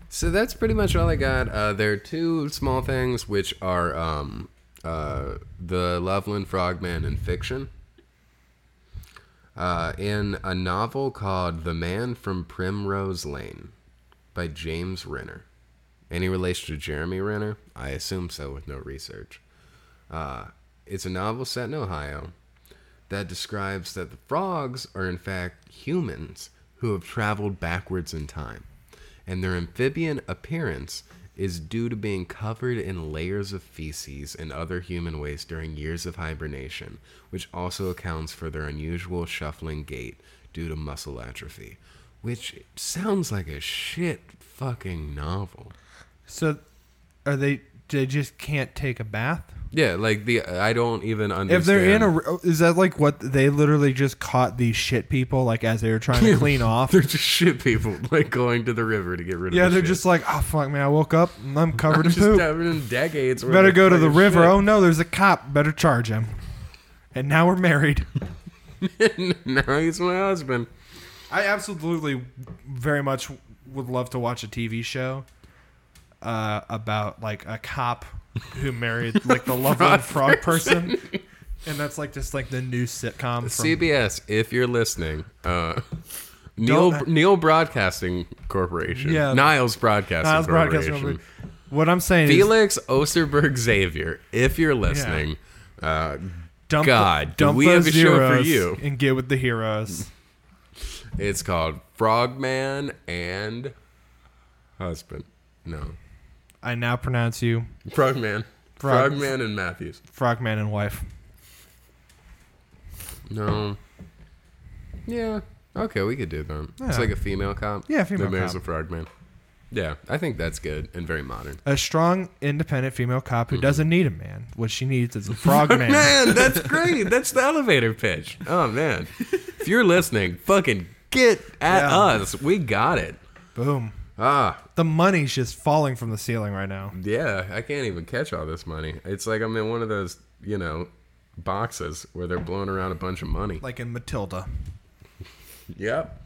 Speaker 1: So that's pretty much all I got. Uh, there are two small things, which are um, uh, the Loveland Frogman in fiction. Uh, in a novel called The Man from Primrose Lane by James Renner. Any relation to Jeremy Renner? I assume so with no research. Uh, it's a novel set in Ohio that describes that the frogs are in fact humans who have traveled backwards in time. And their amphibian appearance is due to being covered in layers of feces and other human waste during years of hibernation, which also accounts for their unusual shuffling gait due to muscle atrophy, which sounds like a shit fucking novel.
Speaker 2: so, are they? They just can't take a bath.
Speaker 1: Yeah, like the I don't even understand.
Speaker 2: If they're in a, is that like what they literally just caught these shit people like as they were trying to clean
Speaker 1: *laughs*
Speaker 2: off?
Speaker 1: they're just shit people like going to the river to get rid of.
Speaker 2: yeah,
Speaker 1: the
Speaker 2: they're
Speaker 1: shit. *laughs*
Speaker 2: just like, oh fuck, man, I woke up and I'm covered in
Speaker 1: just
Speaker 2: poop.
Speaker 1: having decades. worth
Speaker 2: Better
Speaker 1: of
Speaker 2: go to the
Speaker 1: fucking
Speaker 2: river.
Speaker 1: shit.
Speaker 2: Oh no, there's a cop. Better charge him. And now we're married. *laughs*
Speaker 1: *laughs* now he's my husband.
Speaker 2: I absolutely, very much would love to watch a TV show uh, about like a cop
Speaker 1: *laughs*
Speaker 2: who married like the lovely frog person. And that's like just like the new sitcom. From,
Speaker 1: CBS, if you're listening, uh, Neil
Speaker 2: Don't-
Speaker 1: Neil Broadcasting Corporation,
Speaker 2: Yeah.
Speaker 1: Niles Broadcasting
Speaker 2: Niles
Speaker 1: Corporation,
Speaker 2: Broadcasting Company. What I'm saying is,
Speaker 1: Felix Osterberg Xavier, if you're listening, uh,
Speaker 2: dump,
Speaker 1: God, do
Speaker 2: dump
Speaker 1: we have
Speaker 2: those
Speaker 1: a show for
Speaker 2: zeros
Speaker 1: you?
Speaker 2: and get with the heroes.
Speaker 1: it's called Frogman and Husband. No,
Speaker 2: I now pronounce you
Speaker 1: Frogman,
Speaker 2: Frog-
Speaker 1: Frogman and Matthews.
Speaker 2: Frogman and Wife.
Speaker 1: No. Yeah. Okay, we could do that. It's
Speaker 2: Yeah.
Speaker 1: like a female cop.
Speaker 2: Yeah, female
Speaker 1: that marries
Speaker 2: cop.
Speaker 1: a frogman. Yeah, I think that's good and very modern.
Speaker 2: A strong, independent female cop who doesn't need a man. What she
Speaker 1: *laughs*
Speaker 2: needs is a frogman.
Speaker 1: Man, that's great. That's the elevator pitch. Oh man, if you're listening, fucking get at
Speaker 2: Yeah.
Speaker 1: us. We got it.
Speaker 2: Boom.
Speaker 1: Ah,
Speaker 2: The money's just falling from the ceiling right now.
Speaker 1: yeah. I can't even catch all this money. It's like I'm in one of those, you know, boxes where they're blowing around a bunch of money.
Speaker 2: Like in Matilda.
Speaker 1: Yep.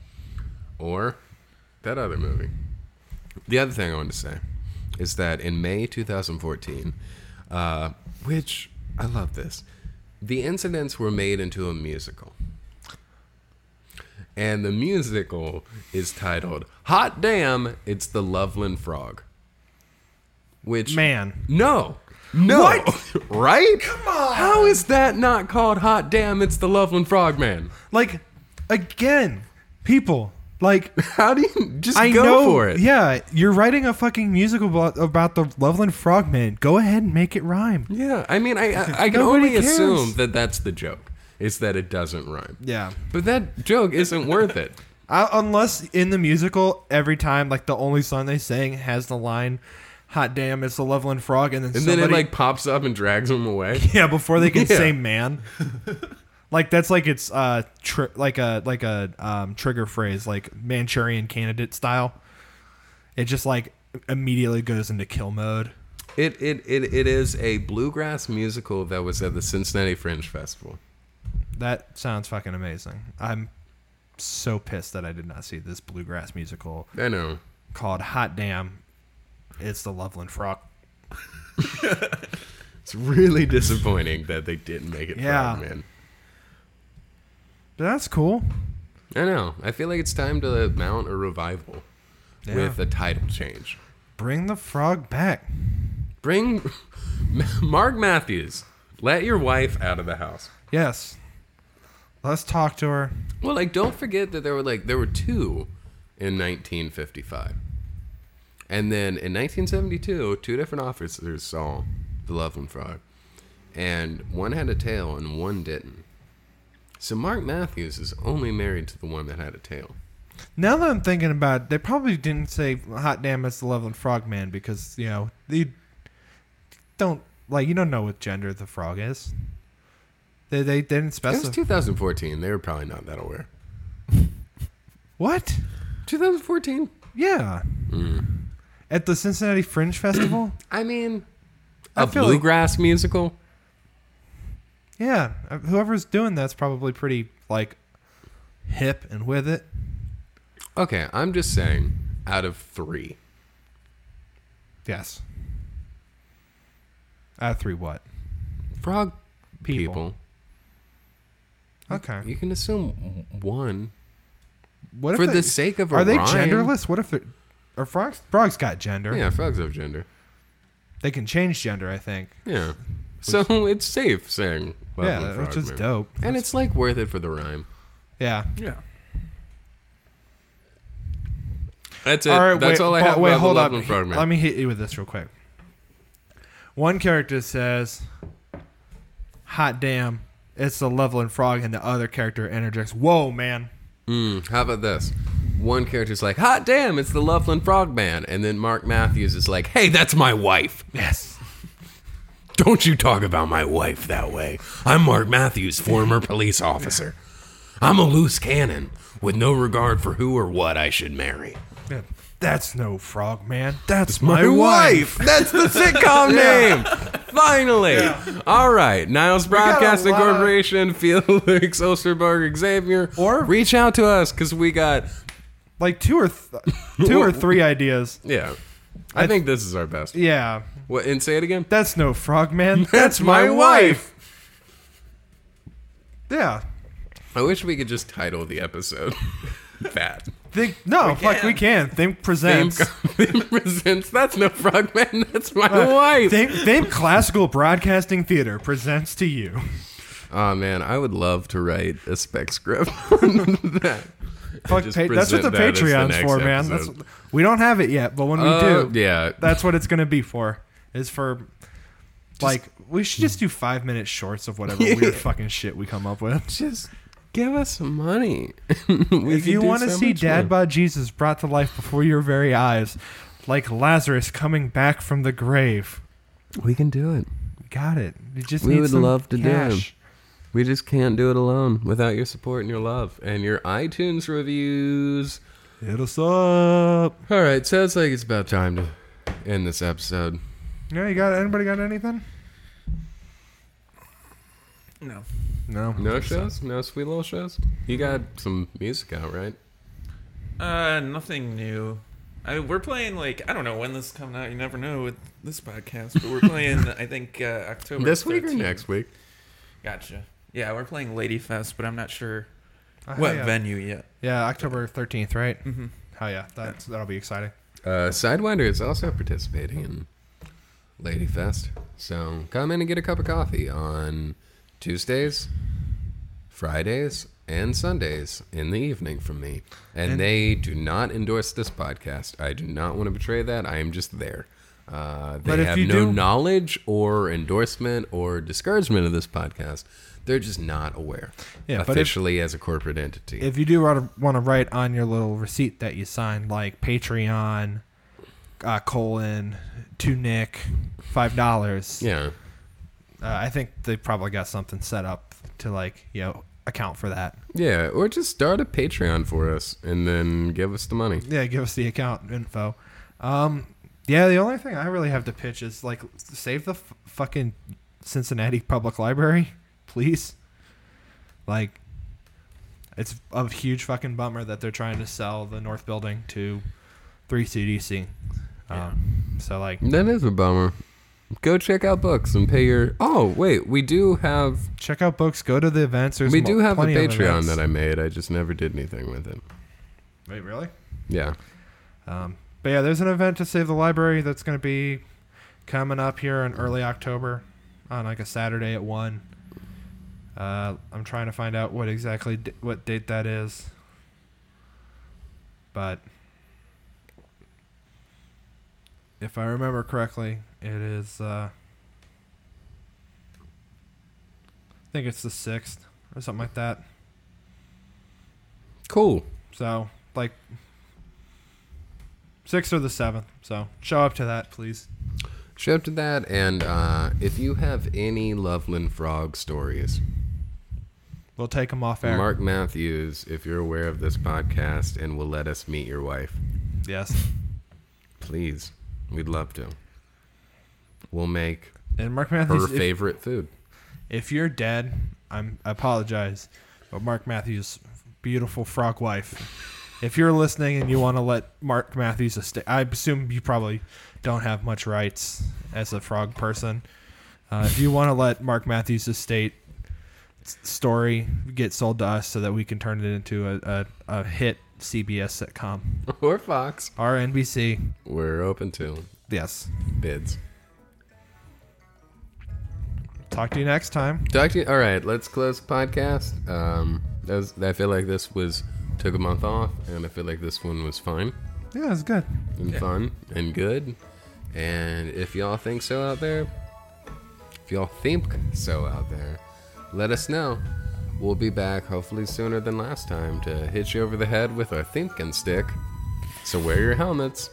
Speaker 1: Or that other movie. The other thing I wanted to say is that in May 2014, uh, which I love this, the incidents were made into a musical. And the musical is titled Hot Damn, It's the Loveland Frog. Which.
Speaker 2: Man.
Speaker 1: No. No.
Speaker 2: What?
Speaker 1: *laughs* right?
Speaker 2: Come on.
Speaker 1: How is that not called Hot Damn, It's the Loveland Frogman?
Speaker 2: Like, again, people. Like,
Speaker 1: How do you *laughs* just
Speaker 2: I
Speaker 1: go
Speaker 2: know.
Speaker 1: for it?
Speaker 2: Yeah, you're writing a fucking musical about, about the Loveland Frogman. Go ahead and make it rhyme.
Speaker 1: Yeah, I mean, I I, I can
Speaker 2: Nobody
Speaker 1: only
Speaker 2: cares.
Speaker 1: assume that that's the joke. Is that it doesn't rhyme?
Speaker 2: Yeah.
Speaker 1: But that joke isn't worth it.
Speaker 2: I, unless in the musical, every time, like, the only song they sing has the line, Hot damn, it's the Loveland Frog. And then
Speaker 1: And
Speaker 2: somebody.
Speaker 1: then it like pops up and drags him
Speaker 2: *laughs*
Speaker 1: away.
Speaker 2: Yeah, before they can
Speaker 1: *laughs* Yeah.
Speaker 2: say man. like that's like it's uh tri- like a like a um, trigger phrase like Manchurian candidate style. It just like immediately goes into kill mode.
Speaker 1: It it it, it is a bluegrass musical that was at the Cincinnati Fringe Festival.
Speaker 2: That sounds fucking amazing. I'm so pissed that I did not see this bluegrass musical
Speaker 1: I know.
Speaker 2: called Hot Damn. It's the Loveland Frog.
Speaker 1: It's
Speaker 2: *laughs*
Speaker 1: really disappointing that they didn't make it
Speaker 2: Yeah.
Speaker 1: Frogman.
Speaker 2: That's cool.
Speaker 1: I know. I feel like it's time to mount a revival
Speaker 2: Yeah.
Speaker 1: with a title change.
Speaker 2: Bring the frog back.
Speaker 1: Bring *laughs* Mark Matthews. Let your wife out of the house.
Speaker 2: Yes. Let's talk to her.
Speaker 1: Well, like don't forget that there were like there were two in 1955, and then in 1972, two different officers saw the Loveland Frog, and one had a tail and one didn't. So Mark Matthews is only married to the one that had a tail.
Speaker 2: Now that I'm thinking about it, they probably didn't say "Hot damn, it's the Loveland Frogman" because you know they don't like you don't know what gender the frog is. They they
Speaker 1: It
Speaker 2: didn't
Speaker 1: was
Speaker 2: specify
Speaker 1: 2014. They were probably not that aware.
Speaker 2: what.
Speaker 1: 2014.
Speaker 2: Yeah, at the Cincinnati
Speaker 1: *clears throat*
Speaker 2: Fringe Festival.
Speaker 1: I mean,
Speaker 2: I
Speaker 1: a
Speaker 2: feel like-
Speaker 1: bluegrass musical.
Speaker 2: yeah, Uh, whoever's doing that's probably pretty like hip and with it.
Speaker 1: Okay, I'm just saying. Out of three,
Speaker 2: Yes. Out of three, what
Speaker 1: frog
Speaker 2: people?
Speaker 1: people.
Speaker 2: Okay.
Speaker 1: You can assume one
Speaker 2: What if
Speaker 1: for
Speaker 2: they-
Speaker 1: the sake of a
Speaker 2: are they
Speaker 1: rhyme.
Speaker 2: genderless? What if they're are frogs? Frogs got gender.
Speaker 1: Yeah, frogs have gender.
Speaker 2: They can change gender, I think.
Speaker 1: Yeah, so *laughs* it's safe saying. Love
Speaker 2: yeah,
Speaker 1: and
Speaker 2: that-
Speaker 1: frog
Speaker 2: which is
Speaker 1: man.
Speaker 2: dope.
Speaker 1: And it's like worth it for the rhyme.
Speaker 2: Yeah.
Speaker 3: Yeah.
Speaker 1: That's it. That's all I
Speaker 2: but
Speaker 1: have.
Speaker 2: Wait,
Speaker 1: about
Speaker 2: hold Um,
Speaker 1: the
Speaker 2: up.
Speaker 1: Loveland Frog man.
Speaker 2: Let me hit you with this real quick. One character says, "Hot damn, it's the Loveland Frog," and the other character interjects, "Whoa, man!"
Speaker 1: Mm, how about this? One character's like, "Hot damn, it's the Loveland Frogman," and then Mark Matthews is like, "Hey, that's my wife. *laughs*
Speaker 2: Yes. *laughs*
Speaker 1: Don't you talk about my wife that way. I'm Mark Matthews, former *laughs* police officer. I'm a loose cannon with no regard for who or what I should marry."
Speaker 2: Yeah. That's no frog, man. That's
Speaker 1: My,
Speaker 2: my,
Speaker 1: wife. That's
Speaker 2: *laughs*
Speaker 1: the sitcom name. Finally. All right. Niles
Speaker 2: got a
Speaker 1: Broadcasting
Speaker 2: lot of-
Speaker 1: Corporation, *laughs* Felix Osterberg Xavier.
Speaker 2: Or-
Speaker 1: reach out to us because we got *laughs*
Speaker 2: Like two or th- two or three ideas.
Speaker 1: yeah. I think this is our best.
Speaker 2: Yeah,
Speaker 1: What? And say it again.
Speaker 2: that's no frog, man. *laughs* That's my wife. Yeah.
Speaker 1: I wish we could just title the episode *laughs* that.
Speaker 2: Think no, fuck,
Speaker 3: can.
Speaker 2: we can. Think
Speaker 1: Theme, *laughs*
Speaker 2: presents.
Speaker 1: theme presents. That's no frogman. That's my
Speaker 2: Uh,
Speaker 1: wife.
Speaker 2: Think, think classical broadcasting theater presents
Speaker 1: *laughs*
Speaker 2: to you.
Speaker 1: oh man, I would love to write a spec script. that.
Speaker 2: Fuck,
Speaker 1: Just
Speaker 2: pa- that's what the
Speaker 1: present that as the
Speaker 2: Patreon's
Speaker 1: next
Speaker 2: for, man. That's,
Speaker 1: episode.
Speaker 2: we don't have it yet, but when we
Speaker 1: Uh,
Speaker 2: do,
Speaker 1: yeah.
Speaker 2: that's what it's gonna be for. Is for like we should just do five minute shorts
Speaker 1: *laughs*
Speaker 2: of whatever weird fucking shit we come up with.
Speaker 1: just give us some money. *laughs* We
Speaker 2: if
Speaker 1: could
Speaker 2: you
Speaker 1: do
Speaker 2: want to
Speaker 1: so
Speaker 2: see
Speaker 1: much
Speaker 2: Dad
Speaker 1: more.
Speaker 2: bod Jesus brought to life before your very eyes, like Lazarus coming back from the grave,
Speaker 1: we can do it.
Speaker 2: got it. You just
Speaker 1: We
Speaker 2: need
Speaker 1: would
Speaker 2: some
Speaker 1: love to do it.
Speaker 2: cash.
Speaker 1: We just can't do it alone without your support and your love and your iTunes reviews.
Speaker 2: Hit us up.
Speaker 1: All right, sounds like it's about time to end this episode.
Speaker 2: Yeah, you got anybody got anything?
Speaker 3: No.
Speaker 2: No.
Speaker 1: No shows? No sweet little shows? You got some music out, right?
Speaker 3: Uh, nothing new. I, we're playing like I don't know when this is coming out. You never know with this podcast, but we're playing
Speaker 1: *laughs*
Speaker 3: I think uh, October
Speaker 1: This week or
Speaker 3: 13th.
Speaker 1: next week?
Speaker 3: Gotcha. Yeah, we're playing Lady Fest, but I'm not sure
Speaker 2: Uh,
Speaker 3: what
Speaker 2: yeah.
Speaker 3: venue yet. *laughs*
Speaker 2: Yeah, October thirteenth, right?
Speaker 3: Mhm.
Speaker 2: Oh yeah, that's that'll be exciting.
Speaker 1: Uh, Sidewinder is also participating in Lady Fest. So come in and get a cup of coffee on Tuesdays, Fridays, and Sundays in the evening from me. And, they do not endorse this podcast. I do not want to betray that. I am just there. Uh,
Speaker 2: But
Speaker 1: they
Speaker 2: if
Speaker 1: have
Speaker 2: you
Speaker 1: no
Speaker 2: do-
Speaker 1: knowledge or endorsement or discouragement of this podcast. They're just not aware
Speaker 2: Yeah, but if-
Speaker 1: officially as a corporate entity.
Speaker 2: If you do want to write on your little receipt that you signed, like Patreon, uh, colon to Nick, five dollars.
Speaker 1: yeah.
Speaker 2: Uh, I think they probably got something set up to like you know account for that.
Speaker 1: Yeah, or just start a Patreon for us and then give us the money.
Speaker 2: Yeah, give us the account info. Um, yeah, the only thing I really have to pitch is like save the f- fucking Cincinnati Public Library, *laughs* please. Like, it's a huge fucking bummer that they're trying to sell the North Building to 3CDC. Um, So like,
Speaker 1: That is a bummer. Go check out books and pay your. Oh wait, we do have
Speaker 2: check out books, go to the events. There's
Speaker 1: we do have a Patreon that
Speaker 2: that
Speaker 1: I made. I just never did anything with it.
Speaker 2: I wait really.
Speaker 1: Yeah,
Speaker 2: Um, but yeah, there's an event to save the library that's going to be coming up here in early October on like a Saturday at one. Uh, I'm trying to find out what exactly d- what date that is, but if I remember correctly, it is. Uh, I think it's the sixth or something like that.
Speaker 1: cool.
Speaker 2: So, like, sixth or the seventh. So, show up to that, please.
Speaker 1: Show up to that, and uh, if you have any Loveland Frog stories,
Speaker 2: We'll take them off air.
Speaker 1: Mark Matthews, if you're aware of this podcast and will let us meet your wife,
Speaker 2: Yes.
Speaker 1: please, we'd love to. We'll make
Speaker 2: And Mark
Speaker 1: her
Speaker 2: Matthews, if,
Speaker 1: favorite food. *laughs*
Speaker 2: if you're dead, I'm, I apologize. But Mark Matthews, beautiful frog wife, if you're listening and you want to let Mark Matthews, esta- I assume you probably don't have much rights as a frog person. Uh, if you want to let Mark Matthews' estate s- story get sold to us so that we can turn it into a, a, a hit CBS sitcom.
Speaker 1: or Fox.
Speaker 2: RNBC.
Speaker 1: We're open to
Speaker 2: Yes.
Speaker 1: bids.
Speaker 2: Talk to you next time.
Speaker 1: Talk to you. All right, let's close the podcast. Um, that was, I feel like this was took a month off, and I feel like this one was fine
Speaker 2: Yeah, it's good.
Speaker 1: and fun and good. And if y'all think so out there, if y'all think so out there, let us know. We'll be back hopefully sooner than last time to hit you over the head with our thinking stick. So wear your helmets.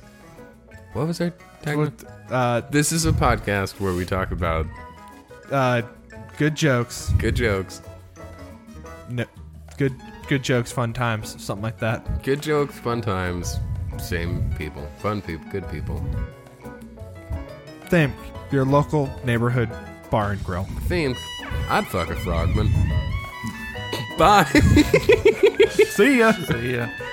Speaker 1: What was our tagline?
Speaker 2: Uh,
Speaker 1: This is a podcast where we talk about
Speaker 2: uh, good jokes.
Speaker 1: good jokes,
Speaker 2: No, good, good jokes. Fun times. Something like that.
Speaker 1: Good jokes, fun times, same people, fun people, good people.
Speaker 2: Think your local neighborhood bar and grill.
Speaker 1: Think I'd fuck a frogman. *coughs* Bye. *laughs*
Speaker 2: See ya.
Speaker 3: So yeah.